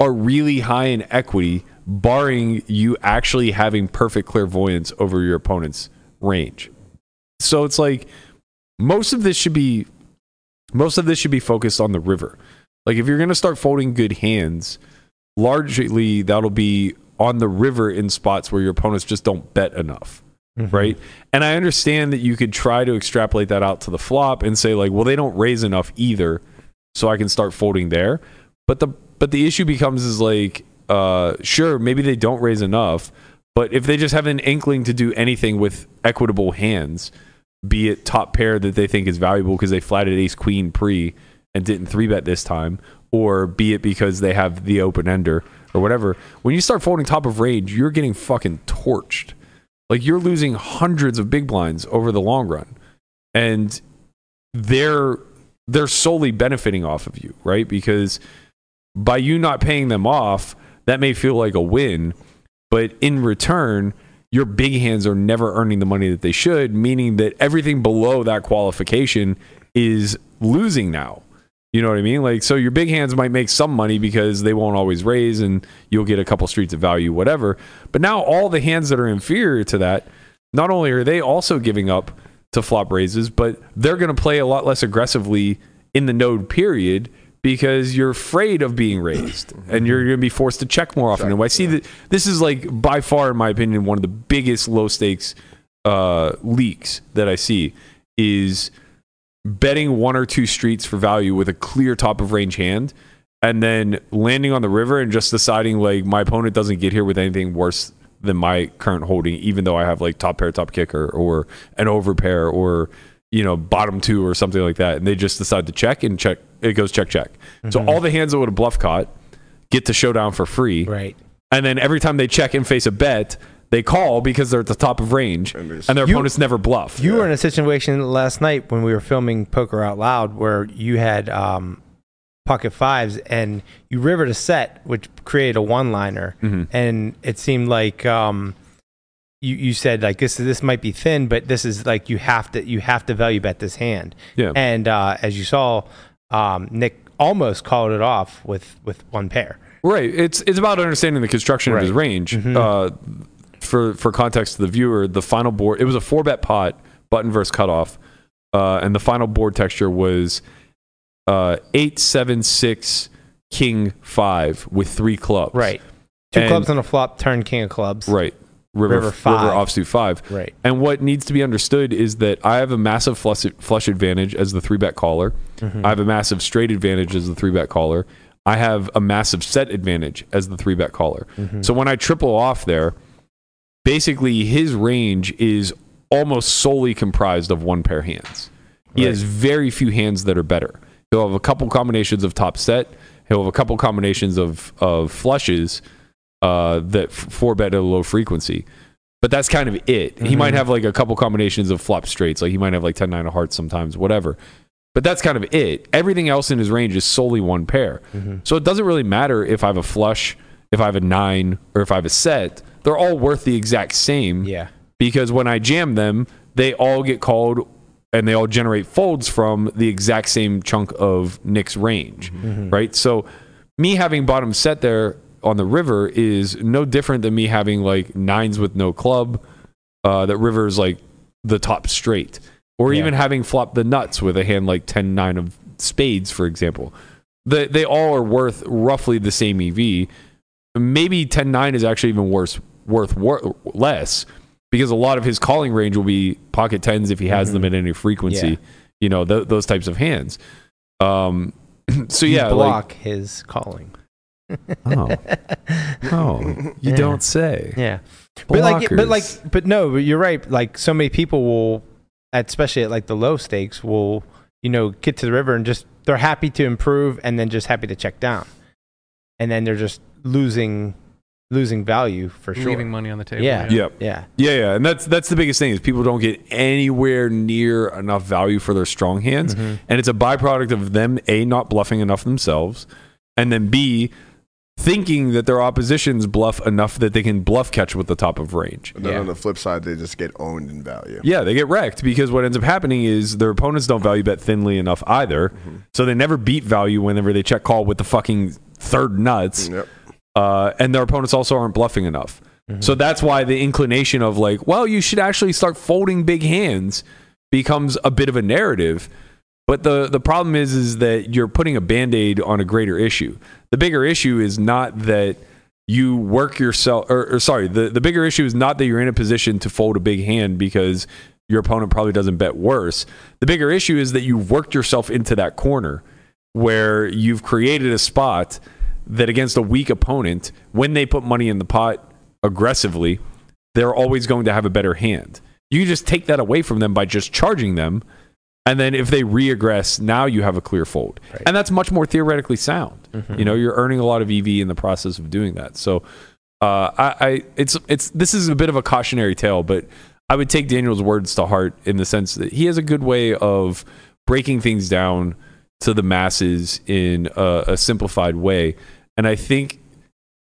C: are really high in equity, barring you actually having perfect clairvoyance over your opponent's range. So it's like most of this should be most of this should be focused on the river. Like if you're going to start folding good hands, largely that'll be on the river in spots where your opponents just don't bet enough, right? And I understand that you could try to extrapolate that out to the flop and say like, well, they don't raise enough either, so I can start folding there. But the but the issue becomes is like, uh, sure, maybe they don't raise enough, but if they just have an inkling to do anything with equitable hands, be it top pair that they think is valuable because they flatted ace queen pre and didn't three bet this time, or be it because they have the open ender or whatever. When you start folding top of range, you're getting fucking torched. Like you're losing hundreds of big blinds over the long run, and they're they're solely benefiting off of you, right? Because by you not paying them off, that may feel like a win, but in return, your big hands are never earning the money that they should, meaning that everything below that qualification is losing now. You know what I mean? Like, so your big hands might make some money because they won't always raise and you'll get a couple streets of value, whatever. But now all the hands that are inferior to that, not only are they also giving up to flop raises, but they're going to play a lot less aggressively in the node period because you're afraid of being raised and you're going to be forced to check more often. And I see that this is like by far, in my opinion, one of the biggest low stakes uh, leaks that I see is betting one or two streets for value with a clear top of range hand and then landing on the river and just deciding like my opponent doesn't get here with anything worse than my current holding even though i have like top pair top kicker or an over pair or you know bottom two or something like that and they just decide to check and check it goes check check so all the hands that would have bluff caught get to showdown for free
E: Right.
C: and then every time they check and face a bet they call because they're at the top of range and,
B: And there's-
C: their
E: You-
C: opponents never bluff
E: You were in a situation last night when we were filming Poker Out Loud where you had um, pocket fives and you rivered
C: Mm-hmm.
E: a set, which created a one liner. And it seemed like um, you, you said like this this might be thin, but this is like you have to you have to value bet this hand.
C: Yeah.
E: And uh, as you saw, um, Nick almost called it off with with one pair.
C: Right. It's it's about understanding the construction of his
E: Right. Mm-hmm.
C: range. Uh, for for context to the viewer, the final board it was a four bet pot button versus cutoff, uh, and the final board texture was uh, eight seven six king five with three clubs.
E: Right. Two
C: And-
E: clubs on a flop, turn king of clubs.
C: Right. River
E: River
C: river,
E: five.
C: offsuit five.
E: Right.
C: And what needs to be understood is that I have a massive flush, flush advantage as the three bet caller.
E: Mm-hmm.
C: I have a massive straight advantage as the three bet caller. I have a massive set advantage as the three bet caller.
E: Mm-hmm.
C: So when I triple off there, basically his range is almost solely comprised of one pair hands. He has very few hands that are better. He'll have a couple combinations of top set. He'll have a couple combinations of of flushes uh, that f- four bet at a low frequency. But that's kind of it. He might have like a couple combinations of flop straights. Like he might have like 10 9 of hearts sometimes, whatever. But that's kind of it. Everything else in his range is solely one pair. So it doesn't really matter if I have a flush, if I have a nine, or if I have a set. They're all worth the exact same
E: Yeah.
C: because when I jam them, they all get called and they all generate folds from the exact same chunk of Nick's range, right? So me having bottom set there on the river is no different than me having like nines with no club. Uh, that river is like the top straight, or
E: Yeah.
C: even having flopped the nuts with a hand like 10 9 of spades, for example. They, they all are worth roughly the same EV maybe 10 9 is actually even worse worth wor- less because a lot of his calling range will be pocket tens if he has them at any frequency
E: Mm-hmm. Yeah.
C: you know th- those types of hands um [clears throat] so
E: You
C: yeah like
E: block his calling. [laughs]
C: oh, oh you don't say
E: Yeah. But like, but like,
C: Blockers.
E: but no, but you're right. Like, so many people will, especially at like the low stakes, will you know get to the river and just they're happy to improve and then just happy to check down, and then they're just losing, losing value for sure.
D: leaving money on the table.
E: Yeah.
C: Yep.
E: yeah,
C: Yeah, yeah, and that's that's the biggest thing is people don't get anywhere near enough value for their strong hands, and it's a byproduct of them a not bluffing enough themselves, and then b thinking that their opposition's bluff enough that they can bluff catch with the top of range.
B: But then
E: Yeah.
B: on the flip side, they just get owned in value.
C: Yeah, they get wrecked because what ends up happening is their opponents don't value bet thinly enough either, so they never beat value whenever they check call with the fucking third nuts
B: Yep.
C: uh, and their opponents also aren't bluffing enough. So that's why the inclination of like, well, you should actually start folding big hands becomes a bit of a narrative. But the the problem is is that you're putting a band-aid on a greater issue. The bigger issue is not that you work yourself or, or sorry, the, the bigger issue is not that you're in a position to fold a big hand because your opponent probably doesn't bet worse. The bigger issue is that you've worked yourself into that corner where you've created a spot that against a weak opponent, when they put money in the pot aggressively, they're always going to have a better hand. You can just take that away from them by just charging them. And then if they regress, now you have a clear fold. And that's much more theoretically sound. You know, you're earning a lot of EV in the process of doing that. So uh, I, I it's it's this is a bit of a cautionary tale, but I would take Daniel's words to heart in the sense that he has a good way of breaking things down to the masses in a, a simplified way. And I think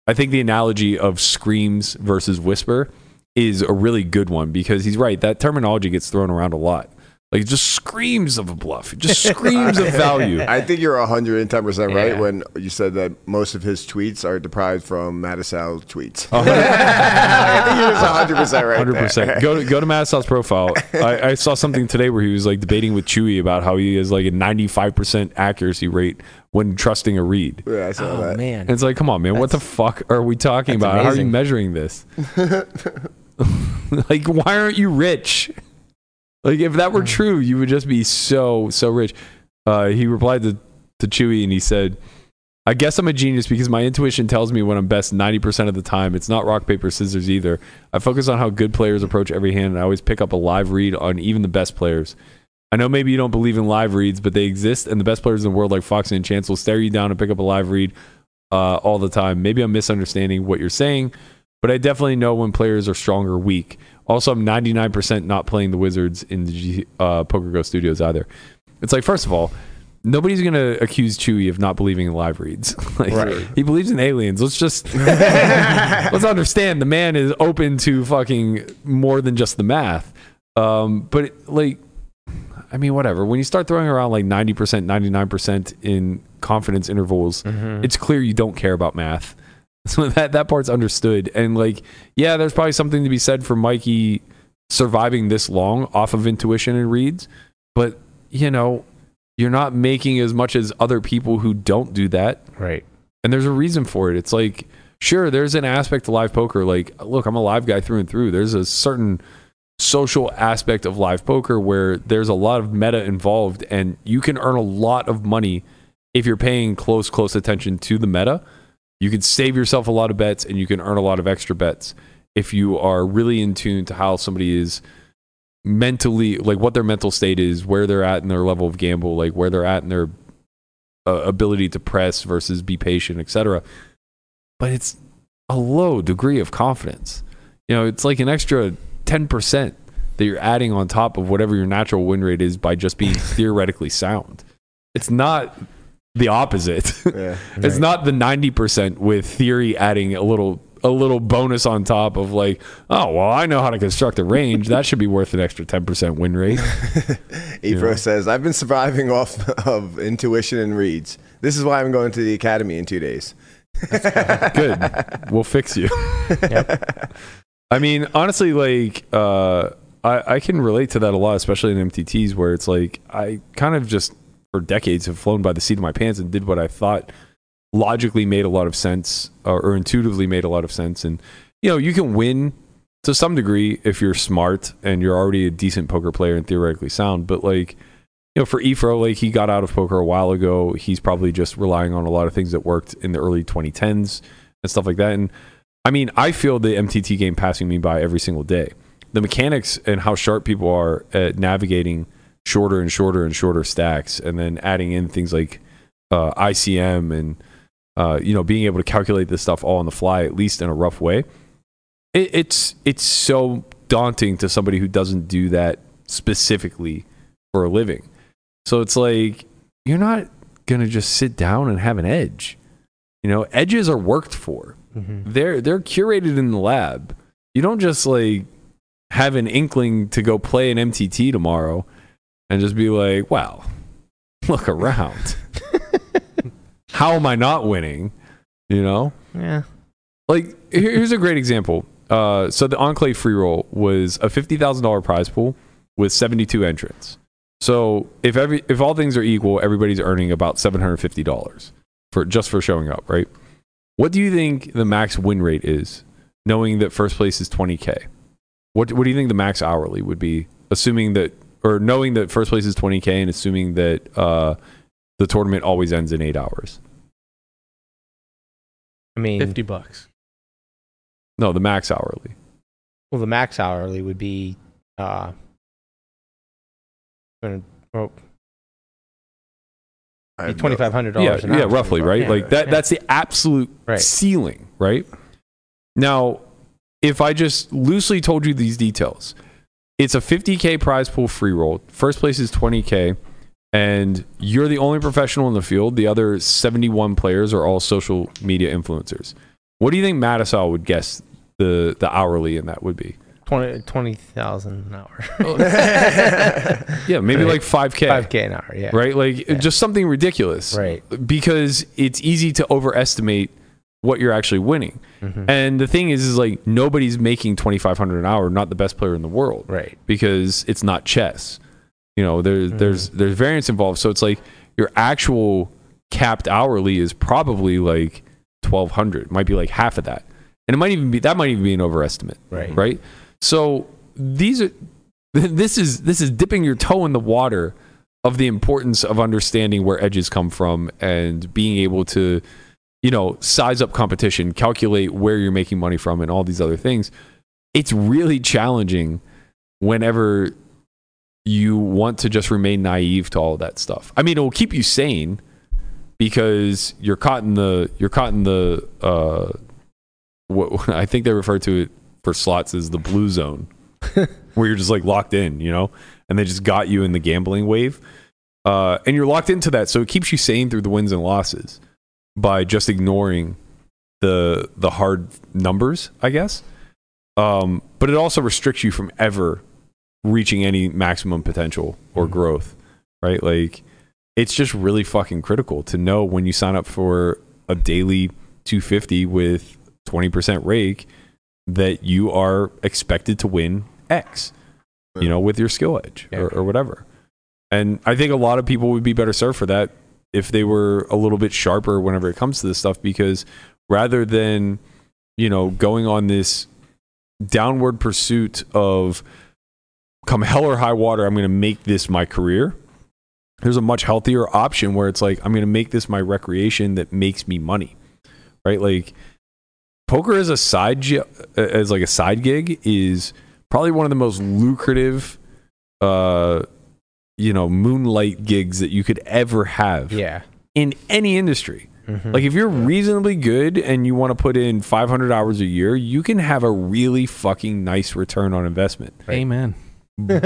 C: I think the analogy of screams versus whisper is a really good one because he's right. That terminology gets thrown around a lot. Like it just screams of a bluff. It just screams of value.
B: I think you're 110% right
E: Yeah.
B: when you said that most of his tweets are deprived from Mattisau tweets.
E: Oh.
B: [laughs] I think
E: [laughs]
D: [laughs]
B: you're just 100% right.
C: Hundred percent. Go to go to Mattisau's profile. I, I saw something today where he was like debating with Chewy about how he has like a ninety five percent accuracy rate when trusting a read.
B: There. [laughs] Yeah, I
D: Oh,
B: saw that. [laughs]
E: Oh, man.
C: And it's like, come on, man, what the fuck are we talking
E: that's
C: about? How are you
E: amazing.
C: measuring this?
E: [laughs]
C: [laughs] like, why aren't you rich? Like, if that were true, you would just be so, so rich. Uh, he replied to, to Chewy and he said, I guess I'm a genius because my intuition tells me when I'm best 90% of the time. It's not rock, paper, scissors either. I focus on how good players approach every hand and I always pick up a live read on even the best players. I know maybe you don't believe in live reads, but they exist, and the best players in the world, like Fox and Chance, will stare you down and pick up a live read uh, all the time. Maybe I'm misunderstanding what you're saying, but I definitely know when players are strong or weak. Also, I'm 99% not playing the Wizards in the G, uh, Poker Go Studios either. It's like, first of all, Nobody's gonna accuse Chewy of not believing in live reads. [laughs] like,
B: Right.
C: He believes in aliens. Let's just let's understand the man is open to fucking more than just the math. Um, but it, like, I mean, whatever. When you start throwing around like ninety percent, ninety nine percent in confidence intervals,
E: Mm-hmm.
C: it's clear you don't care about math. [laughs] So that that part's understood. And like, yeah, there's probably something to be said for Mikey surviving this long off of intuition and reads, but you know, you're not making as much as other people who don't do that
E: Right.
C: and there's a reason for it. It's like, sure, there's an aspect to live poker. Like, look, I'm a live guy through and through. There's a certain social aspect of live poker where there's a lot of meta involved, and you can earn a lot of money if you're paying close, close attention to the meta. You can save yourself a lot of bets and you can earn a lot of extra bets if you are really in tune to how somebody is mentally, like what their mental state is, where they're at in their level of gamble, like where they're at in their uh, ability to press versus be patient, etc. But it's a low degree of confidence. You know, it's like an extra 10% that you're adding on top of whatever your natural win rate is by just being theoretically sound. It's not the opposite. [laughs]
B: Yeah.
C: It's not the 90% with theory adding a little a little bonus on top of like, oh, well, I know how to construct a range. That should be worth an extra 10% win rate.
B: Ebro says, I've been surviving off of intuition and reads. This is why I'm going to the academy in two days.
C: good we'll fix you i mean honestly like uh I, I can relate to that a lot especially in mtts where it's like i kind of just for decades have flown by the seat of my pants and did what i thought logically made a lot of sense or, or intuitively made a lot of sense and you know you can win to some degree if you're smart and you're already a decent poker player and theoretically sound but like you know, for Efro, like he got out of poker a while ago. He's probably just relying on a lot of things that worked in the early 2010s and stuff like that. And I mean, I feel the MTT game passing me by every single day. The mechanics and how sharp people are at navigating shorter and shorter and shorter stacks, and then adding in things like uh, ICM and uh, you know being able to calculate this stuff all on the fly, at least in a rough way. It, it's it's so daunting to somebody who doesn't do that specifically for a living. So it's like you're not gonna just sit down and have an edge. You know, edges are worked for.
E: Mm-hmm.
C: They're they're curated in the lab. You don't just like have an inkling to go play an MTT tomorrow and just be like, "Wow, look around. How am I not winning?" You know?
E: Yeah.
C: like here- here's a great example. Uh, so the Enclave free roll was a fifty thousand dollar prize pool with seventy two entrants. So if every if all things are equal, everybody's earning about seven hundred fifty dollars for just for showing up, right? What do you think the max win rate is, knowing that first place is twenty k? What what do you think the max hourly would be, assuming that or knowing that first place is twenty k and assuming that uh, the tournament always ends in eight hours?
E: I mean,
D: 50 bucks.
C: No, the max hourly.
E: well, the max hourly would be. Uh, gonna- oh,
B: I
E: be
B: have no-
E: twenty five hundred
C: yeah,
E: dollars. an
C: yeah,
E: hour.
C: roughly, right?
E: Yeah,
C: like that
E: yeah.
C: that's the absolute
E: Right.
C: ceiling, right? Now, if I just loosely told you these details, it's a 50k prize pool free roll. First place is 20k and you're the only professional in the field. The other 71 players are all social media influencers. What do you think Mattisau would guess the the hourly in that would be?
E: Twenty twenty thousand an hour.
C: Oh.
E: [laughs]
C: Yeah, maybe like 5k.
E: Five k an hour. Yeah.
C: Right? Like just something ridiculous.
E: Right.
C: because it's easy to overestimate what you're actually winning.
E: Mm-hmm.
C: And the thing is, is like nobody's making 2,500 an hour. Not the best player in the world,
E: Right.
C: Because it's not chess. You know, there's there's there's variance involved. So it's like your actual capped hourly is probably like 1,200. Might be like half of that, and it might even be that might even be an overestimate,
E: Right.
C: Right. So these are [laughs] this is this is dipping your toe in the water of the importance of understanding where edges come from and being able to you know size up competition calculate where you're making money from and all these other things it's really challenging whenever you want to just remain naive to all of that stuff i mean it will keep you sane because you're caught in the you're caught in the uh what [laughs] i think they refer to it for slots as the blue zone where you're just like locked in, you know, and they just got you in the gambling wave. uh, and you're locked into that. So it keeps you sane through the wins and losses by just ignoring the the hard numbers, I guess. Um, but it also restricts you from ever reaching any maximum potential or growth, right? Like it's just really fucking critical to know when you sign up for a daily 250 with 20% rake that you are expected to win X, you know, with your skill edge or, or whatever. And I think a lot of people would be better served for that if they were a little bit sharper whenever it comes to this stuff, because rather than, you know, going on this downward pursuit of come hell or high water, I'm going to make this my career. There's a much healthier option where it's like, I'm going to make this my recreation that makes me money, right? Like, poker as a side gi- as like a side gig is probably one of the most lucrative uh you know moonlight gigs that you could ever have
E: Yeah. Mm-hmm.
C: in any industry
E: Hmm. [laughs]
C: like [laughs] if you're reasonably good and you want to put in 500 hours a year you can have a really fucking nice return on investment
D: Amen. I,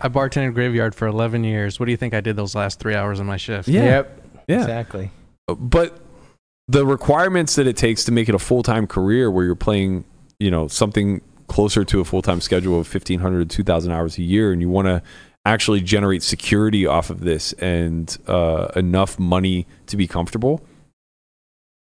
D: I bartended graveyard for 11 years. What do you think I did those last three hours of my shift?
C: Yeah.
E: Yep.
C: Yeah.
E: Exactly.
C: but the requirements that it takes to make it a full-time career where you're playing you know something closer to a full-time schedule of 1500 to 2000 hours a year and you want to actually generate security off of this and uh, enough money to be comfortable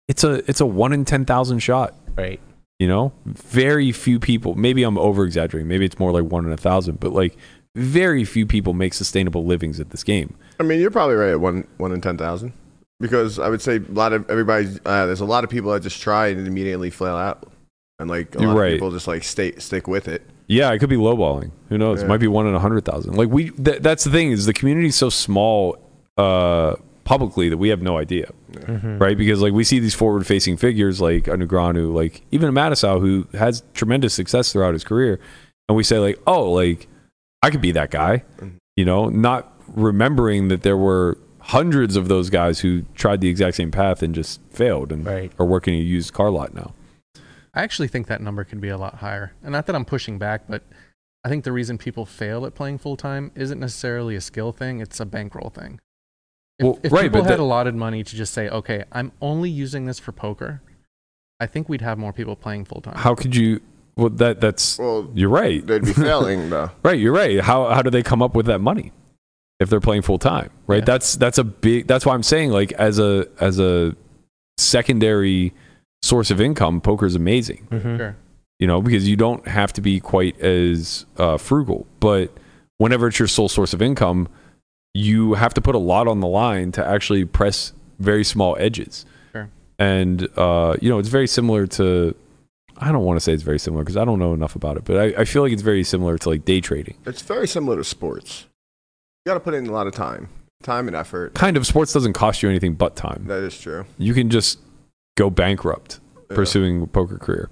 C: it's a it's a 1 in 10000 shot
E: Right.
C: you know very few people maybe i'm over exaggerating maybe it's more like 1 in a thousand but like very few people make sustainable livings at this game
B: I mean, you're probably right at one one in ten thousand, because I would say a lot of everybody's uh, there's a lot of people that just try and immediately flail out, and like a
C: You're
B: lot
C: right.
B: of people just like stay stick with it.
C: Yeah, it could be lowballing. Who knows? It
B: Yeah.
C: might be one in a hundred thousand. Like we, th- that's the thing is the community is so small uh, publicly that we have no idea,
B: Mm-hmm.
C: right? Because like we see these forward-facing figures like a Negranu, like even a Matisau, who has tremendous success throughout his career, and we say like, oh, like I could be that guy,
B: Mm-hmm.
C: you know, not remembering that there were hundreds of those guys who tried the exact same path and just failed and
E: Right.
C: are working a used car lot now.
D: I actually think that number could be a lot higher. And not that I'm pushing back, but I think the reason people fail at playing full time isn't necessarily a skill thing, it's a bankroll thing. If,
C: Well,
D: if
C: right,
D: people
C: but
D: had
C: the-
D: allotted money to just say, okay, I'm only using this for poker, I think we'd have more people playing full time.
C: How could you? Well, that that's
B: Well,
C: you're right.
B: they'd be
C: [laughs]
B: failing though.
C: Right, you're right. How how do they come up with that money if they're playing full time? Right?
D: Yeah.
C: That's that's a big that's why I'm saying like as a as a secondary source of income, poker's amazing
E: Mm-hmm.
D: Sure.
C: you know, because you don't have to be quite as uh, frugal. But whenever it's your sole source of income, you have to put a lot on the line to actually press very small edges.
D: Sure.
C: And, uh, you know, it's very similar to, I don't want to say it's very similar because I don't know enough about it, but I, I feel like it's very similar to like day trading.
B: It's very similar to sports. You got to put in a lot of time, time and effort.
C: Kind of sports doesn't cost you anything but time.
B: That is true.
C: You can just go bankrupt
B: Yeah.
C: pursuing a poker career.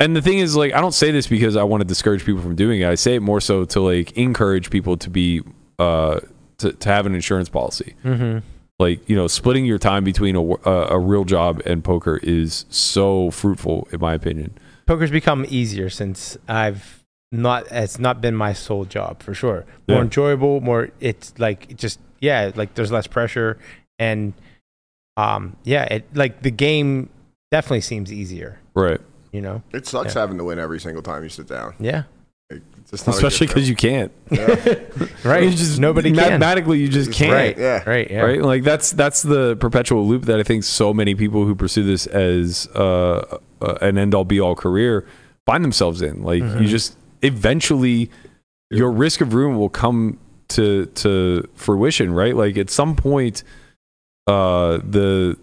C: And the thing is, like, I don't say this because I want to discourage people from doing it. I say it more so to like encourage people to be uh to, to have an insurance policy.
E: Mm-hmm.
C: Like, you know, splitting your time between a wo- a, a real job and poker is so fruitful, in my opinion.
E: Poker's become easier since I've not. It's not been my sole job for sure. More
C: Yeah.
E: enjoyable. More. It's like it just yeah. Like there's less pressure and um yeah. It like the game definitely seems easier.
C: Right.
E: You know.
B: It sucks
E: Yeah.
B: having to win every single time you sit down.
E: Yeah.
B: Like, it's just not a good
C: Especially because
B: feeling.
C: you can't.
E: Right.
C: You just-
E: Nobody can.
C: Mathematically, you just can't.
E: right.
B: Yeah.
E: Right. Yeah.
C: right like that's that's the perpetual loop that i think so many people who pursue this as uh, uh, an end all be all career find themselves in like
E: Mm-hmm.
C: you just eventually your risk of ruin will come to to fruition right like at some point uh the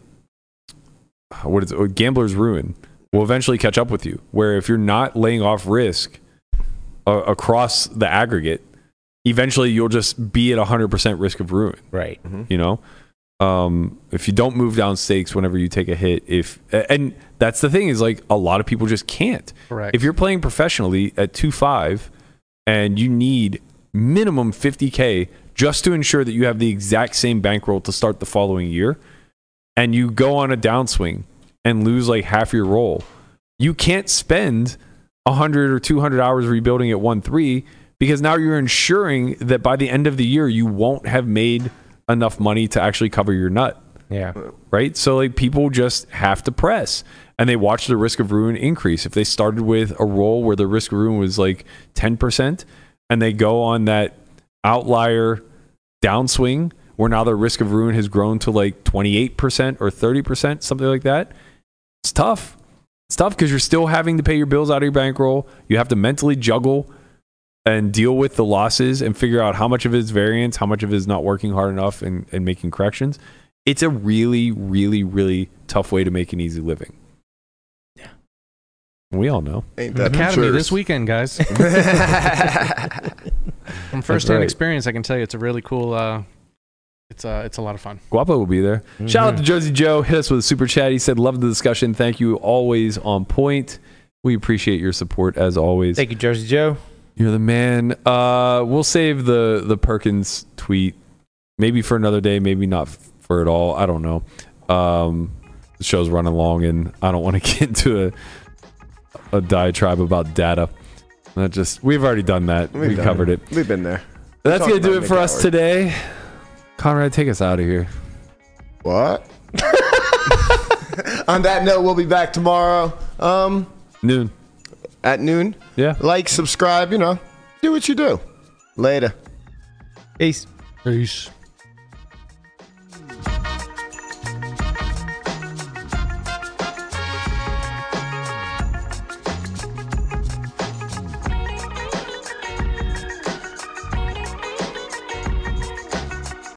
C: what is it, gambler's ruin will eventually catch up with you where if you're not laying off risk uh, across the aggregate eventually you'll just be at 100% risk of ruin
E: Right.
C: you know um if you don't move down stakes whenever you take a hit if and that's the thing is like a lot of people just can't
D: Correct.
C: if you're playing professionally at 2-5 and you need minimum 50k just to ensure that you have the exact same bankroll to start the following year and you go on a downswing and lose like half your roll you can't spend 100 or 200 hours rebuilding at 1-3 because now you're ensuring that by the end of the year you won't have made enough money to actually cover your nut
E: Yeah.
C: right? So like people just have to press and they watch the risk of ruin increase. If they started with a roll where the risk of ruin was like 10% and they go on that outlier downswing where now their risk of ruin has grown to like 28% or 30%, something like that, it's tough. It's tough because you're still having to pay your bills out of your bankroll. You have to mentally juggle and deal with the losses and figure out how much of it is variance, how much of it is not working hard enough and, and making corrections it's a really, really, really tough way to make an easy living. Yeah. We all know.
B: Ain't that the
D: Academy
B: truth?
D: this weekend, guys. From first-hand
C: right.
D: experience, I can tell you it's a really cool. Uh, it's uh, it's a lot of fun.
C: Guapo will be there.
E: Mm-hmm.
C: Shout out to Josie Joe. Hit us with a super chat. He said, Love the discussion. Thank you. Always on point. We appreciate your support as always.
E: Thank you, Jersey Joe.
C: You're the man. Uh, we'll save the the Perkins tweet maybe for another day, maybe not f- for it all. I don't know. Um, the show's running long, and I don't want to [laughs] get into a, a diatribe about data. That just we've already done that.
B: We've
C: We
B: done
C: covered it.
B: We've been there.
C: That's gonna
B: talked
C: do
B: about
C: it for
B: Nick
C: us
B: Howard.
C: today. Conrad, take us out of here.
B: What? [laughs] On that note, we'll be back tomorrow um,
C: Noon.
B: at noon.
C: Yeah.
B: Like, subscribe, you know, do what you do. Later.
E: Peace.
D: Peace.